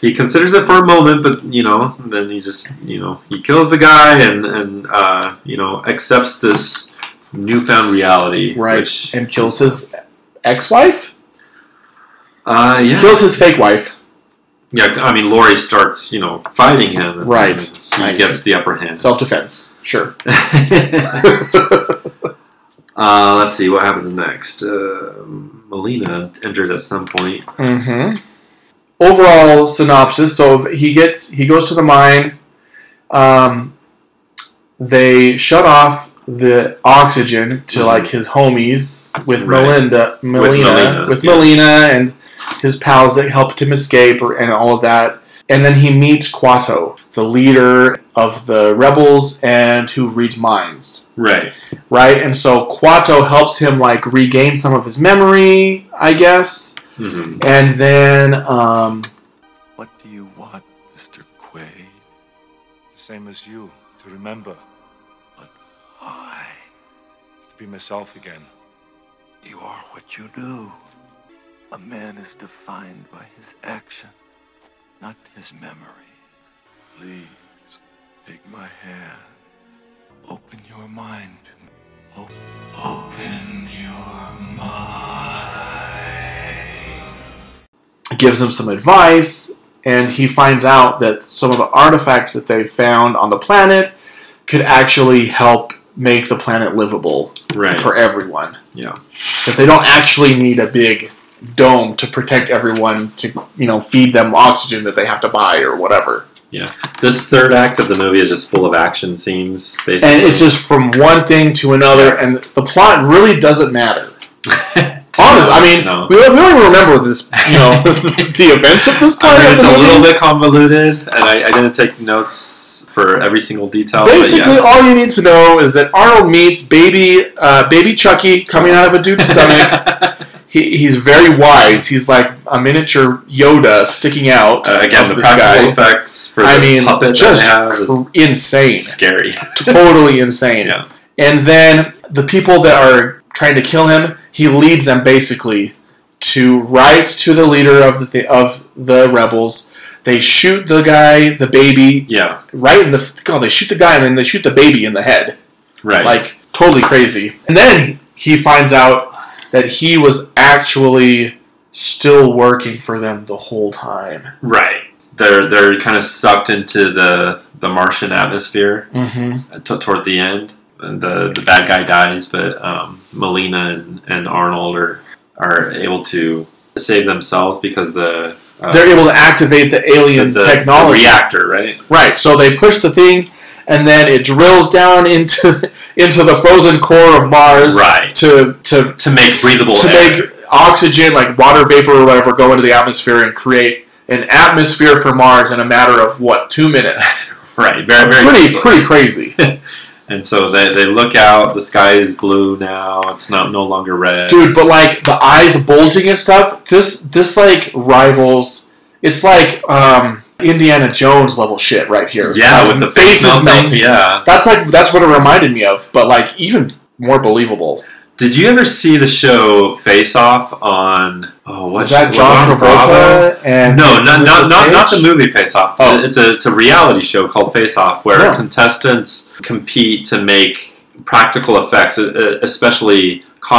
A: He considers it for a moment, but, you know, then he just, you know, he kills the guy and, and uh, you know, accepts this newfound reality.
B: Right.
A: Which,
B: And kills his ex wife?
A: uh, yeah.
B: Kills his fake wife.
A: Yeah, I mean, Lori starts, you know, fighting him. And
B: Right.
A: He
B: Right.
A: gets the upper hand.
B: Self defense. Sure.
A: uh, let's see what happens next. Uh, Melina enters at some point.
B: Mm-hmm. Overall synopsis: So he gets he goes to the mine. Um, they shut off the oxygen to
A: Mhm.
B: like his homies with
A: Right.
B: Melinda, Melina, with
A: Melina,
B: Melina,
A: yeah.
B: and his pals that helped him escape, or, and all of that. And then he meets Quato, the leader of the rebels, and who reads minds
A: Right.
B: right? And so Quato helps him like regain some of his memory, I guess.
A: hmm
B: And then um,
F: What do you want, Mr. Quay? The same as you, to remember. But why? To be myself again.
J: You are what you do. A man is defined by his action, not his memory.
F: Please, take my hand.
J: Open your mind to me. O- open your mind.
B: gives him some advice, and he finds out that some of the artifacts that they found on the planet could actually help make the planet livable
A: Right.
B: for everyone.
A: Yeah.
B: That they don't actually need a big dome to protect everyone to you know feed them oxygen that they have to buy or whatever.
A: This third act of the movie is just full of action scenes, basically.
B: And it's just from one thing to another, and the plot really doesn't matter. Honest, I mean,
A: No.
B: we, we don't even remember this, you know, the events of this part.
A: I mean,
B: of
A: it's
B: the
A: a
B: movie.
A: little bit convoluted, and I, I didn't take notes for every single detail. but
B: Basically,
A: Oh, yeah.
B: all you need to know is that Arnold meets baby, uh, baby Chucky coming out of a dude's stomach. he, he's very wise. He's like a miniature Yoda sticking out.
A: Uh, again,
B: of
A: the
B: this
A: practical
B: guy.
A: effects for
B: I
A: this
B: mean,
A: puppet
B: just
A: that they have
B: cr- insane,
A: is scary.
B: totally insane.
A: Yeah.
B: And then the people that are trying to kill him, he leads them basically to right to the leader of the of the rebels. They shoot the guy, the baby,
A: Yeah,
B: right in the God. They shoot the guy and then they shoot the baby in the head.
A: right.
B: Like totally crazy. And then he finds out that he was actually still working for them the whole time.
A: right. They're they're kind of sucked into the the Martian atmosphere uh,
B: Mm-hmm.
A: t- toward the end. And the the bad guy dies, but um, Melina and, and Arnold are are able to save themselves because the uh,
B: They're able to activate the alien
A: the- the
B: technology.
A: reactor, right?
B: Right. So they push the thing, and then it drills down into into the frozen core of Mars
A: Right.
B: to to
A: To make breathable
B: to
A: air.
B: make oxygen, like water vapor or whatever, go into the atmosphere and create an atmosphere for Mars in a matter of what two minutes.
A: right, very very
B: pretty pretty crazy,
A: And so they, they look out. The sky is blue now. It's not no longer red.
B: dude. But like the eyes bulging and stuff. This this like rivals. It's like um, Indiana Jones level shit right here.
A: Yeah,
B: Like,
A: with the
B: faces
A: melt-
B: Um, melting.
A: Yeah.
B: That's like that's what it reminded me of, but like even more believable.
A: Did you ever see the show Face Off on? Oh, what's
B: Was that
A: was
B: John
A: on Bravo?
B: Travolta? And
A: No, not not, not, not the
B: Nicolas Cage?
A: movie Face Off.
B: Oh.
A: It's a it's a reality show called Face Off where
B: Yeah.
A: contestants compete to make practical effects, e- e- especially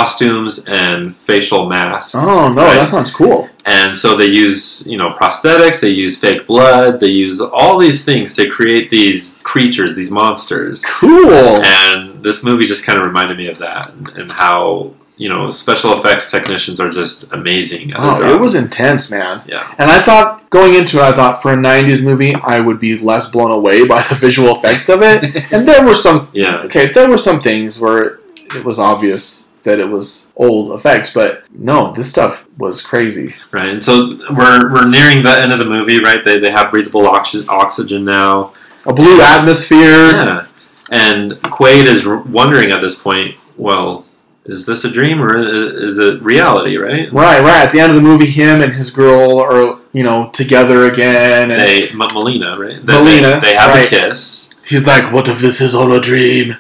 A: costumes and facial masks.
B: Oh no,
A: right?
B: that sounds cool.
A: And so they use, you know, prosthetics, they use fake blood, they use all these things to create these creatures, these monsters.
B: Cool.
A: And this movie just kind of reminded me of that and, and how, you know, special effects technicians are just amazing. at their
B: Oh, it
A: job.
B: was intense, man.
A: Yeah.
B: And I thought going into it, I thought for a '90s movie, I would be less blown away by the visual effects of it. and there were some.
A: Yeah.
B: Okay, there were some things where it was obvious that it was old effects, but no, this stuff was crazy.
A: Right. And so we're, we're nearing the end of the movie, right? They, they have breathable oxy- oxygen now.
B: A blue atmosphere.
A: Yeah. And Quaid is r- wondering at this point, well, is this a dream or is, is it reality, right?
B: Right, right. At the end of the movie, him and his girl are, you know, together again, and
A: they M- Melina, right? They,
B: Melina,
A: They, they have a
B: right.
A: kiss.
B: he's like, "What if this is all a dream?"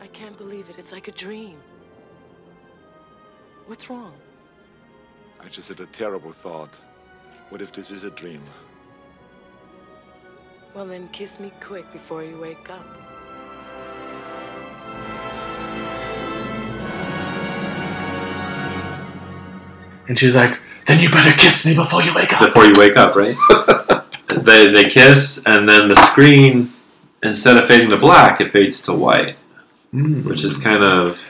I: I can't believe it. It's like a dream. What's wrong?
F: I just had a terrible thought. What if this is a dream?
I: Well, then kiss me quick before you wake up.
B: And she's like, "Then you better kiss me before you wake up."
A: Before you wake up, right? they they kiss, and then the screen, instead of fading to black, it fades to white,
B: Mm.
A: which is kind of.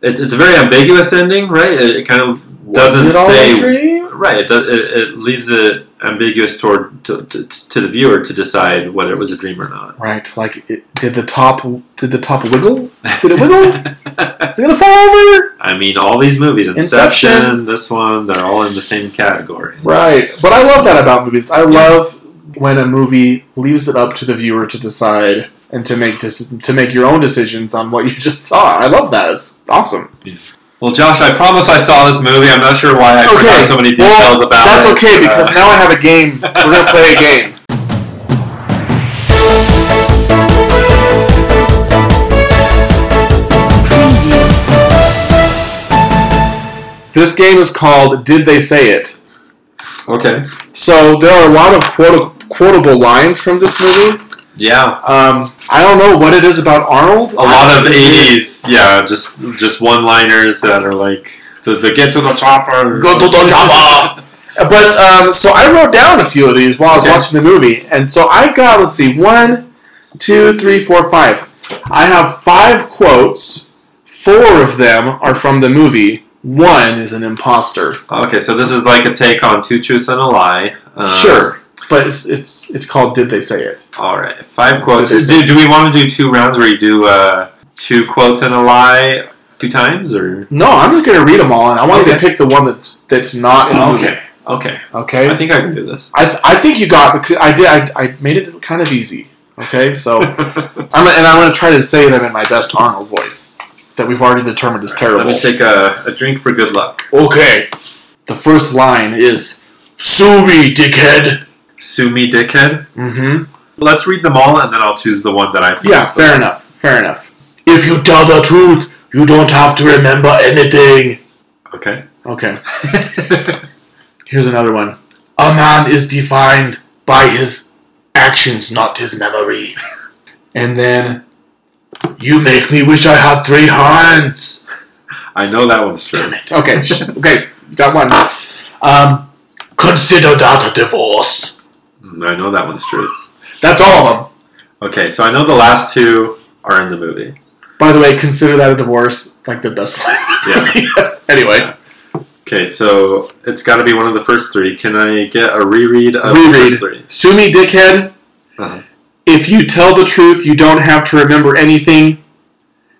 A: It, it's a very ambiguous ending, right? It, it kind of
B: Was
A: doesn't
B: it all a
A: say
B: dream?
A: right. It, does, it, it leaves it ambiguous toward to, to, to the viewer to decide whether it was a dream or not.
B: Right. Like, it, did the top did the top wiggle? Did it wiggle? Is it gonna fall over?
A: I mean, all these movies, Inception,
B: Inception.
A: this one, they're all in the same category.
B: Right. But I love that about movies. I love when a movie leaves it up to the viewer to decide and to make dec- to make your own decisions on what you just saw. I love that. It's awesome.
A: Well, Josh, I promise I saw this movie. I'm not sure why I forgot so many details
B: well,
A: about
B: that's
A: it.
B: okay because
A: Uh,
B: now I have a game. We're gonna play a game. This game is called "Did They Say It."
A: Okay.
B: So there are a lot of quota- quotable lines from this movie.
A: Yeah.
B: Um, I don't know what it is about Arnold.
A: A lot of 80s, yeah, just just one-liners that are like the, the get to the chopper.
B: Go to the chopper. But um, so I wrote down a few of these while I was
A: Okay.
B: watching the movie, and so I got let's see one, two, three, four, five. I have five quotes. Four of them are from the movie. One is an imposter.
A: Okay, so this is like a take on Two Truths and a Lie. Um,
B: sure, but it's it's it's called "Did They Say It?"
A: All right, five quotes.
B: This is-
A: Do, do we want to do two rounds where you do uh, two quotes and a lie two times, or
B: No, I'm just gonna read them all, and I want you to
A: Okay.
B: pick the one that's that's not in the movie.
A: okay?
B: Okay.
A: I think I can do this.
B: I, th- I think you got. I did. I, I made it kind of easy. Okay, so I'm gonna, and I'm gonna try to say them in my best Arnold voice that we've already determined is terrible.
A: Let me take a, a drink for good luck.
B: okay, the first line is "Sue me, dickhead."
A: Sue me, dickhead.
B: Mm-hmm.
A: Let's read them all, and then I'll choose the one that I think.
B: Yeah,
A: is the-
B: fair enough. Fair enough. If you tell the truth, you don't have to remember anything.
A: Okay.
B: Okay. Here's another one. A man is defined by his actions, not his memory. And then, you make me wish I had three hands.
A: I know that one's true.
B: Okay, sh- okay, you got one. Um, consider that a divorce.
A: Mm, I know that one's true.
B: That's all of them.
A: Okay, so I know the last two are in the movie.
B: By the way, consider that a divorce, like the best line.
A: Yeah.
B: anyway,
A: Okay, so it's got to be one of the first three. Can I get a reread of the first three?
B: reread. Sue me, dickhead.
A: Uh-huh.
B: If you tell the truth, you don't have to remember anything.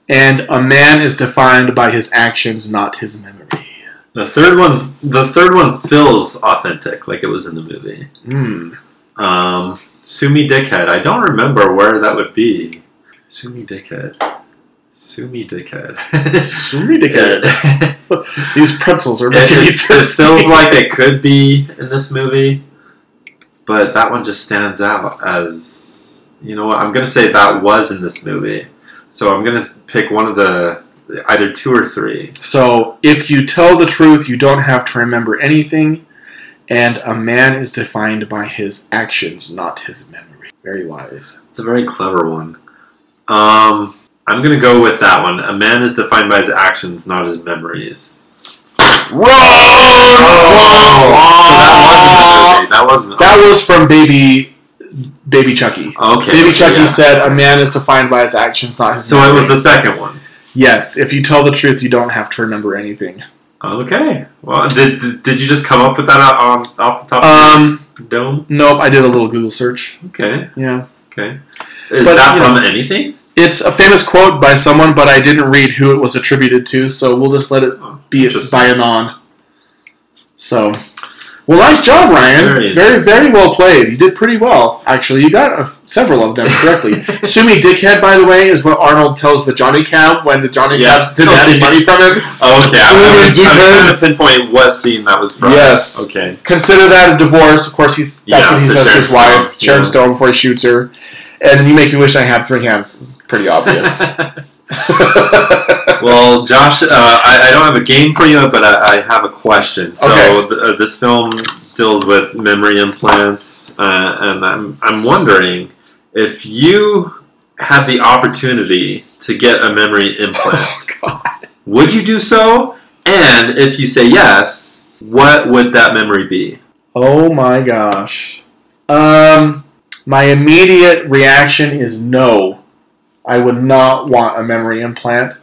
B: And a man is defined by his actions, not his memory.
A: The third one's the third one feels authentic, like it was in the movie.
B: Hmm.
A: Um, Sue me, dickhead. I don't remember where that would be. Sue me, dickhead. Sue me, dickhead.
B: Sue me, dickhead.
A: it,
B: These pretzels are making me
A: it, it
B: thirsty.
A: feels like it could be in this movie, but that one just stands out as you know what I'm gonna say that was in this movie. So I'm gonna pick one of the either two or three.
B: So, if you tell the truth, you don't have to remember anything. And a man is defined by his actions, not his memory. Very wise.
A: It's a very clever one. Um, I'm gonna go with that one. A man is defined by his actions, not his memories.
B: Wrong!
A: Oh, that wasn't. in the movie.
B: That was from Baby Baby Chucky.
A: That wasn't. Okay.
B: Baby
A: so
B: Chucky
A: yeah.
B: said, "A man is defined by his actions, not his."
A: So it was the
B: memories."
A: second one.
B: yes. If you tell the truth, you don't have to remember anything.
A: Okay. Well, did, did, did you just come up with that out- on off the top
B: Um,
A: of your dome?
B: nope. I did a little Google search.
A: Okay.
B: Yeah,
A: Okay. Is
B: But,
A: that
B: you
A: from
B: know-
A: anything?
B: it's a famous quote by someone, but I didn't read who it was attributed to, so we'll just let it
A: Oh,
B: be it
A: interesting.
B: by anon. So, well, nice job, Ryan.
A: Very
B: Very, very,
A: interesting.
B: well played. You did pretty well, actually. You got uh, several of them correctly. Sumi Dickhead, by the way, is what Arnold tells the Johnny Cab when the Johnny
A: Yeah.
B: Cabs didn't have any money from him.
A: Oh, okay. I
B: Soon
A: was,
B: as you
A: I was
B: could.
A: trying to pinpoint what scene that was from.
B: Yes.
A: Okay.
B: consider that a divorce. Of course, he's that's
A: Yeah,
B: what he
A: to
B: says to his
A: Sharon
B: wife,
A: Stone,
B: Sharon
A: yeah.
B: Stone, before he shoots her. And you make me wish I had three hands. It's pretty obvious.
A: well, Josh, uh, I, I don't have a game for you, but I, I have a question. So
B: Okay.
A: th- uh, this film deals with memory implants, uh, and I'm, I'm wondering if you had the opportunity to get a memory implant,
B: oh God!
A: would you do so? And if you say yes, what would that memory be?
B: Oh my gosh! Um, my immediate reaction is no. I would not want a memory implant.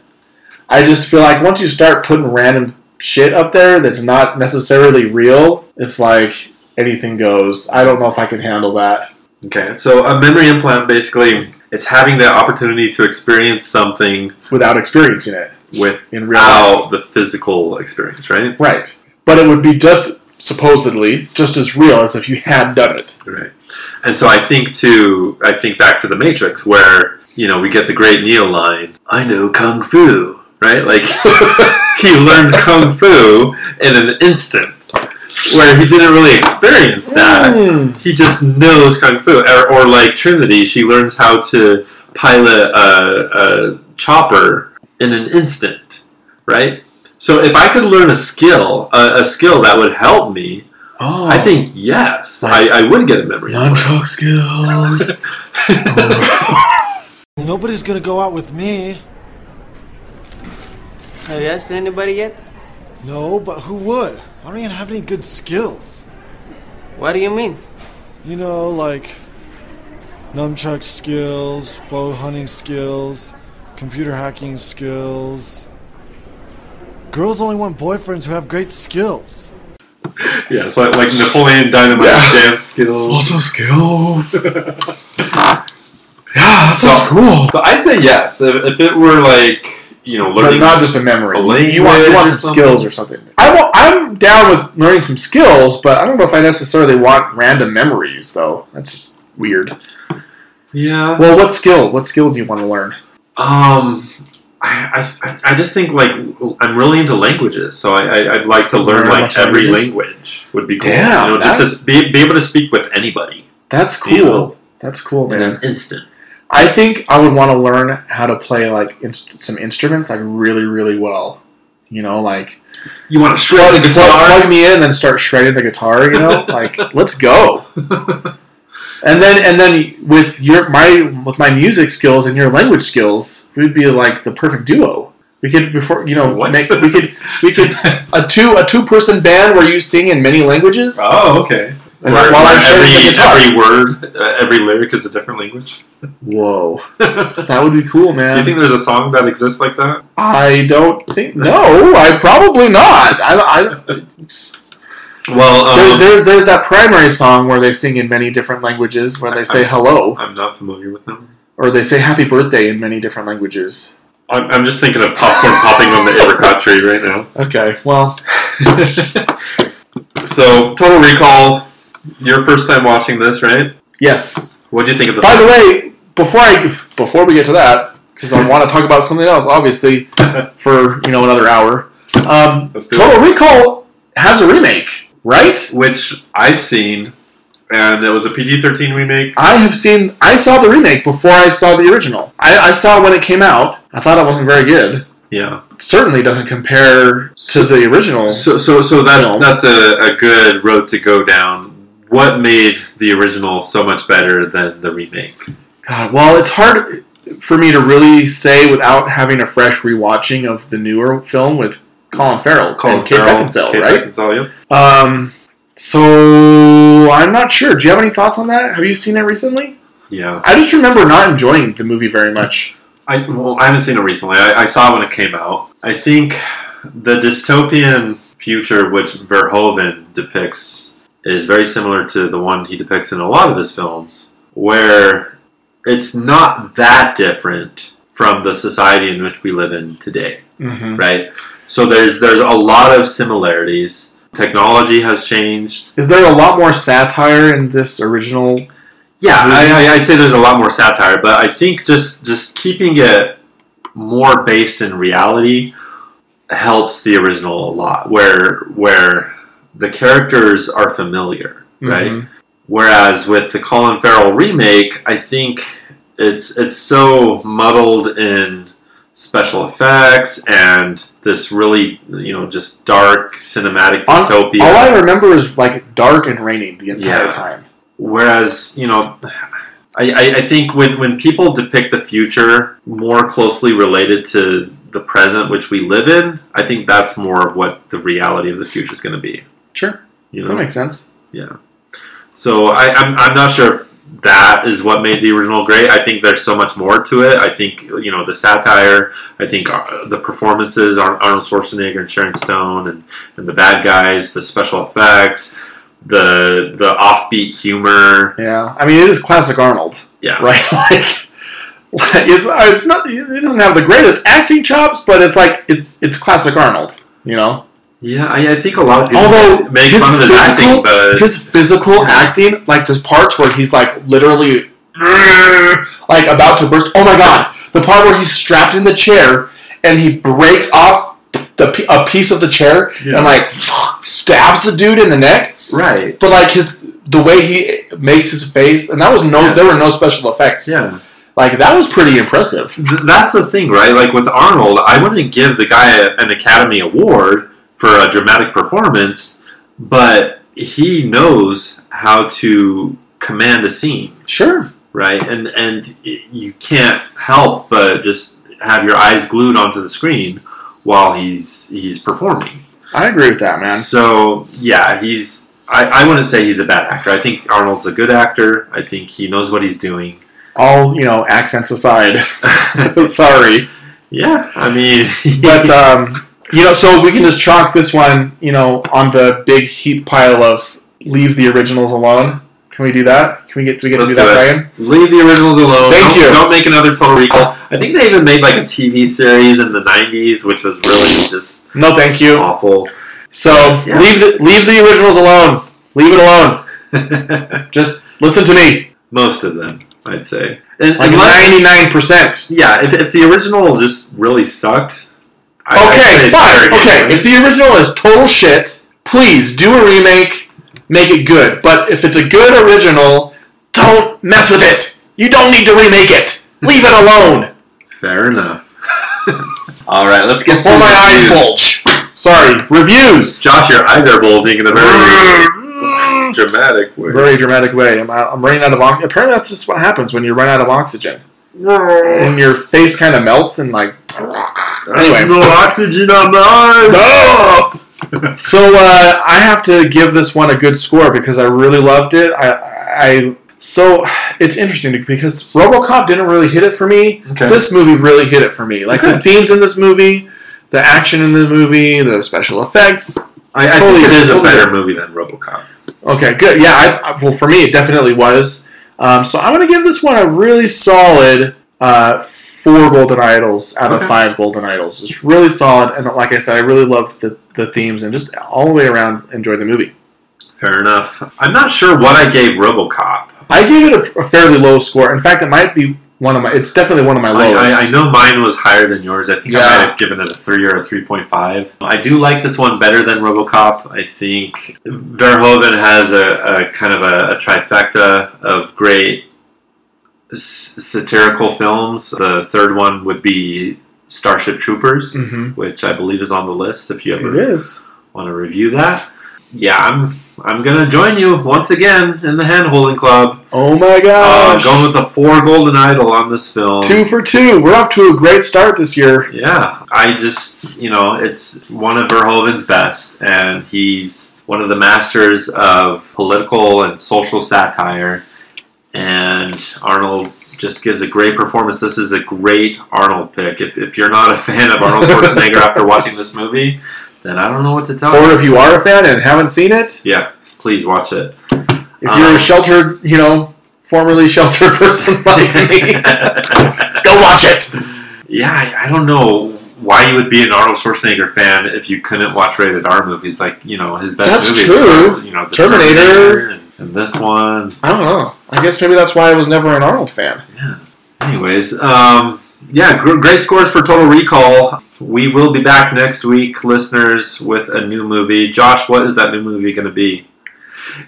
B: I just feel like once you start putting random shit up there that's not necessarily real, it's like anything goes. I don't know if I can handle that.
A: Okay, so a memory implant basically it's having the opportunity to experience something
B: without experiencing it
A: without
B: in real life.
A: the physical experience, right?
B: Right. But it would be just supposedly just as real as if you had done it.
A: Right. And so I think to I think back to the Matrix where you know we get the great Neo line, "I know kung fu," right? Like he learns kung fu in an instant. Where he didn't really experience that,
B: Mm.
A: he just knows kung fu. Or, or like Trinity, she learns how to pilot a, a chopper in an instant, right? So if I could learn a skill, a, a skill that would help me,
B: Oh,
A: I think yes, I, I would get a memory. implant.
B: nunchuck skills.
K: Nobody's gonna go out with me.
L: Have you asked anybody yet?
K: No, but who would? I don't even have any good skills.
L: What do you mean?
K: You know, like nunchuck skills, bow hunting skills, computer hacking skills. Girls only want boyfriends who have great skills.
A: Yeah, it's like, like Napoleon Dynamite dance skills.
B: Also skills. yeah, that sounds cool.
A: So I say yes. If, if it were like you know
B: But
A: learning,
B: not just a memory.
A: a language
B: You want, you want
A: or
B: some
A: something.
B: skills or something. I will, I'm down with learning some skills, but I don't know if I necessarily want random memories, though. That's just weird.
A: yeah.
B: Well, what skill? What skill do you want to learn?
A: Um, I, I I just think like I'm really into languages, so I, I I'd like to learn
B: Learn
A: like
B: much
A: every
B: languages?
A: language would be cool.
B: Damn,
A: you know, just to s- be, be able to speak with anybody
B: That's cool.
A: You know.
B: That's cool,
A: in
B: man.
A: an instant.
B: I think I would want to learn how to play like inst- some instruments like really, really well. You know, like
A: You want to
B: plug,
A: shred the guitar?
B: plug me in and start shredding the guitar. You know, like let's go. And then, and then with your my with my music skills and your language skills, we would be like the perfect duo. We could before you know
A: What?
B: make, we could we could a two a two person band where you sing in many languages.
A: Oh, okay.
B: And
A: Where-
B: while
A: where
B: I'm shredding the
A: every,
B: guitar.
A: every word, uh, every lyric is a different language.
B: Whoa,
A: Do
B: that would be cool, man.
A: you think there's a song that exists like that?
B: I don't think. No, I probably not. I, I, it's-
A: Well,
B: there's,
A: um,
B: there's there's that primary song where they sing in many different languages, where they say hello
A: I'm not familiar with them.
B: or they say happy birthday in many different languages.
A: I'm, I'm just thinking of popcorn popping on the apricot tree right now.
B: Okay, well,
A: so, Total Recall, your first time watching this, right?
B: yes.
A: What'd you think of the
B: By the way, before I before we get to that, because I want to talk about something else, obviously, for you know another hour. Um,
A: Let's do
B: Total Recall has a remake, right?
A: Which I've seen, and it was a PG 13 remake.
B: I have seen. I saw the remake before I saw the original. I, I saw it when it came out. I thought it wasn't very good.
A: Yeah.
B: Certainly doesn't compare to the original.
A: So, so, so that
B: Film.
A: that's a, a good road to go down. What made the original so much better than the remake?
B: God, well, it's hard for me to really say without having a fresh rewatching of the newer film with Colin Farrell and Kate
A: Farrell,
B: Beckinsale,
A: Kate
B: right?
A: Beckinsale, yep.
B: Um, so I'm not sure. Do you have any thoughts on that? Have you seen it recently?
A: Yeah.
B: I just remember not enjoying the movie very much.
A: I well, I haven't seen it recently. I, I saw it when it came out. I think the dystopian future which Verhoeven depicts is very similar to the one he depicts in a lot of his films, where it's not that different from the society in which we live in today
B: Mm-hmm.
A: right so there's there's a lot of similarities technology has changed
B: Is there a lot more satire in this original?
A: Yeah,
B: Um,
A: I, I, I say there's a lot more satire, but I think just just keeping it more based in reality helps the original a lot. Where where the characters are familiar, right? Mm-hmm.
B: Mhm.
A: Whereas with the Colin Farrell remake, I think it's it's so muddled in special effects and this really you know just dark cinematic
B: All-
A: dystopia.
B: All I remember is like dark and raining the entire
A: Yeah.
B: time.
A: Whereas, you know, I, I, I think when, when people depict the future more closely related to the present which we live in, I think that's more of what the reality of the future is going to be.
B: Sure,
A: You
B: that
A: know,
B: makes sense.
A: so I, I'm, I'm not sure that is what made the original great. I think there's so much more to it. I think you know the satire. I think uh, the performances, Ar- Arnold Schwarzenegger and Sharon Stone, and, and the bad guys, the special effects, the the offbeat humor.
B: Yeah, I mean it is classic Arnold.
A: Yeah.
B: right. Like, like it's uh, it's not he doesn't have the greatest acting chops, but it's like it's it's classic Arnold. You know,
A: Yeah, I, I think a lot of people
B: Although,
A: make
B: his
A: fun of his
B: physical-
A: acting, but
B: his physical acting, like there's parts where he's like literally like about to burst. Oh my god! The part where he's strapped in the chair and he breaks off the p- a piece of the chair
A: Yeah.
B: and like stabs the dude in the neck.
A: right,
B: But like his the way he makes his face, and that was no
A: Yeah.
B: there were no special effects.
A: yeah.
B: Like that was pretty impressive.
A: Th- that's the thing, right? Like with Arnold, I wouldn't give the guy a, an Academy Award for a dramatic performance, but he knows how to command a scene,
B: Sure.
A: right? And and y- you can't help but just have your eyes glued onto the screen while he's he's performing.
B: I agree with that, man.
A: So yeah, he's. I, I wouldn't say he's a bad actor. I think Arnold's a good actor. I think he knows what he's doing.
B: All, you know, accents aside. Sorry.
A: yeah, I mean,
B: But um, you know, so we can just chalk this one, you know, on the big heap pile of leave the originals alone. Can we do that? Can we get do we get
A: Let's
B: to do,
A: do it.
B: that, Brian?
A: Leave the originals alone.
B: Thank
A: Don't-
B: you.
A: Don't make another Total Recall. I think they even made like a TV series in the '90s, which was really just
B: No, thank you.
A: awful.
B: So
A: Yeah.
B: leave the leave the originals alone. Leave it alone. Just listen to me.
A: Most of them, I'd say. And,
B: Like
A: unless,
B: ninety nine percent.
A: yeah, if, if the original just really sucked. I- I'd
B: Okay,
A: say
B: fine.
A: they're
B: Okay,
A: good.
B: if the original is total shit, please do a remake. Make it good. But if it's a good original, don't mess with it. You don't need to remake it. Leave it alone.
A: fair enough. All right, let's get
B: Before
A: to
B: my eyes
A: reviews.
B: bulge. Sorry, reviews.
A: Josh, your eyes are bulging in a very dramatic way.
B: Very dramatic way. I'm, out, I'm running out of oxygen. Apparently, that's just what happens when you run out of oxygen. When your face kind of melts and like. Anyway.
A: no oxygen on my eyes.
B: So uh, I have to give this one a good score because I really loved it. I, I so it's interesting because RoboCop didn't really hit it for me.
A: Okay.
B: This movie really hit it for me. Like the
A: Okay.
B: themes in this movie, the action in the movie, the special effects.
A: I, I
B: Totally,
A: think it is a
B: totally.
A: better movie than RoboCop.
B: Okay, good. Yeah, I, I- well, for me, it definitely was. Um, so I'm going to give this one a really solid uh, four golden idols out
A: Okay.
B: of five golden idols. It's really solid, and like I said, I really loved the, the themes and just all the way around enjoyed the movie.
A: Fair enough. I'm not sure what I gave RoboCop.
B: I gave it a, a fairly low score. In fact, it might be one of my. It's definitely one of my
A: I,
B: lowest.
A: I, I know mine was higher than yours. I think I
B: Yeah.
A: might have given it a three or a three point five. I do like this one better than RoboCop. I think Verhoeven has a, a kind of a, a trifecta of great s- satirical films. The third one would be Starship Troopers,
B: Mhm.
A: which I believe is on the list. If you ever
B: It is.
A: want to review that, yeah, I'm I'm gonna join you once again in the hand holding club.
B: Oh my
A: Uh,
B: gosh!
A: going with a four golden idol on this film.
B: two for two. We're off to a great start this year.
A: Yeah, I just you know it's one of Verhoeven's best, and he's one of the masters of political and social satire. And Arnold just gives a great performance. This is a great Arnold pick. If, if you're not a fan of Arnold Schwarzenegger after watching this movie, then I don't know what to tell
B: Or
A: you.
B: if you are a fan and haven't seen it,
A: Yeah, please watch it.
B: if you're
A: Um,
B: a sheltered, you know, formerly sheltered person like me. Go watch it.
A: Yeah, I, I don't know why you would be an Arnold Schwarzenegger fan if you couldn't watch rated R movies. Like you know his best
B: That's
A: movies.
B: true.
A: Are, you know the
B: Terminator.
A: and, and this one.
B: I don't know. I guess maybe that's why I was never an Arnold fan.
A: Anyways, um, yeah, gr- great scores for Total Recall. We will be back next week, listeners, with a new movie. Josh, what is that new movie going to be?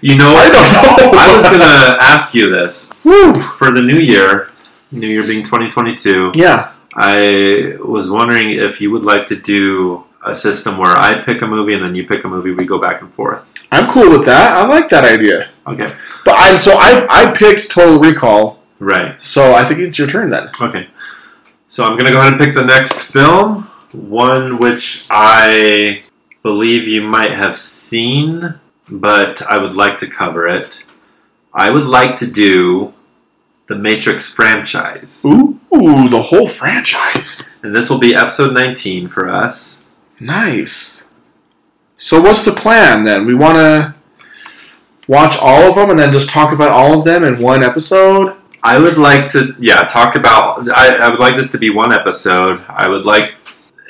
A: You know,
B: I don't know.
A: I was going to ask you this
B: Woo!
A: for the new year. New year being 2022.
B: Yeah.
A: I was wondering if you would like to do a system where I pick a movie and then you pick a movie, we go back and forth.
B: I'm cool with that. I like that idea.
A: Okay.
B: But I'm so I I picked Total Recall,
A: Right.
B: so I think it's your turn then.
A: Okay. So I'm going to go ahead and pick the next film, one which I believe you might have seen, but I would like to cover it. I would like to do the Matrix franchise.
B: Ooh, the whole franchise.
A: And this will be episode 19 for us.
B: Nice. So what's the plan then? We want to watch all of them and then just talk about all of them in one episode.
A: I would like to, yeah, talk about. I, I would like this to be one episode. I would like,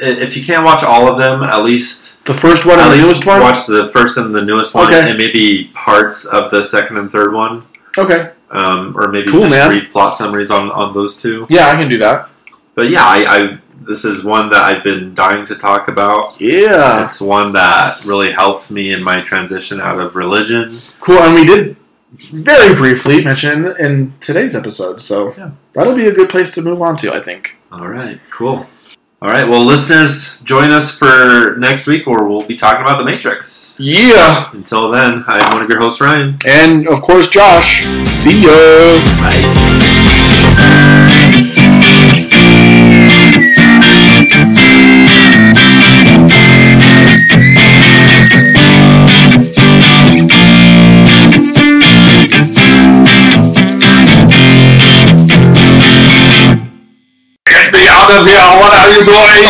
A: i- if you can't watch all of them, at least
B: The first one
A: at
B: and the
A: least
B: newest one.
A: watch the first and the newest one,
B: Okay.
A: and maybe parts of the second and third one,
B: Okay.
A: um, or maybe
B: Cool,
A: just
B: man.
A: read plot summaries on on those two.
B: Yeah, I can do that.
A: But yeah, I, I this is one that I've been dying to talk about.
B: Yeah.
A: It's one that really helped me in my transition out of religion.
B: Cool. And we did very briefly mention it in today's episode, so
A: Yeah.
B: that'll be a good place to move on to, I think.
A: All right, cool. All right, well, listeners, join us for next week, where we'll be talking about the Matrix.
B: Yeah.
A: Until then, I'm one of your hosts, Ryan.
B: And of course, Josh. See ya.
A: Bye.
B: Get me out of here! What are you doing?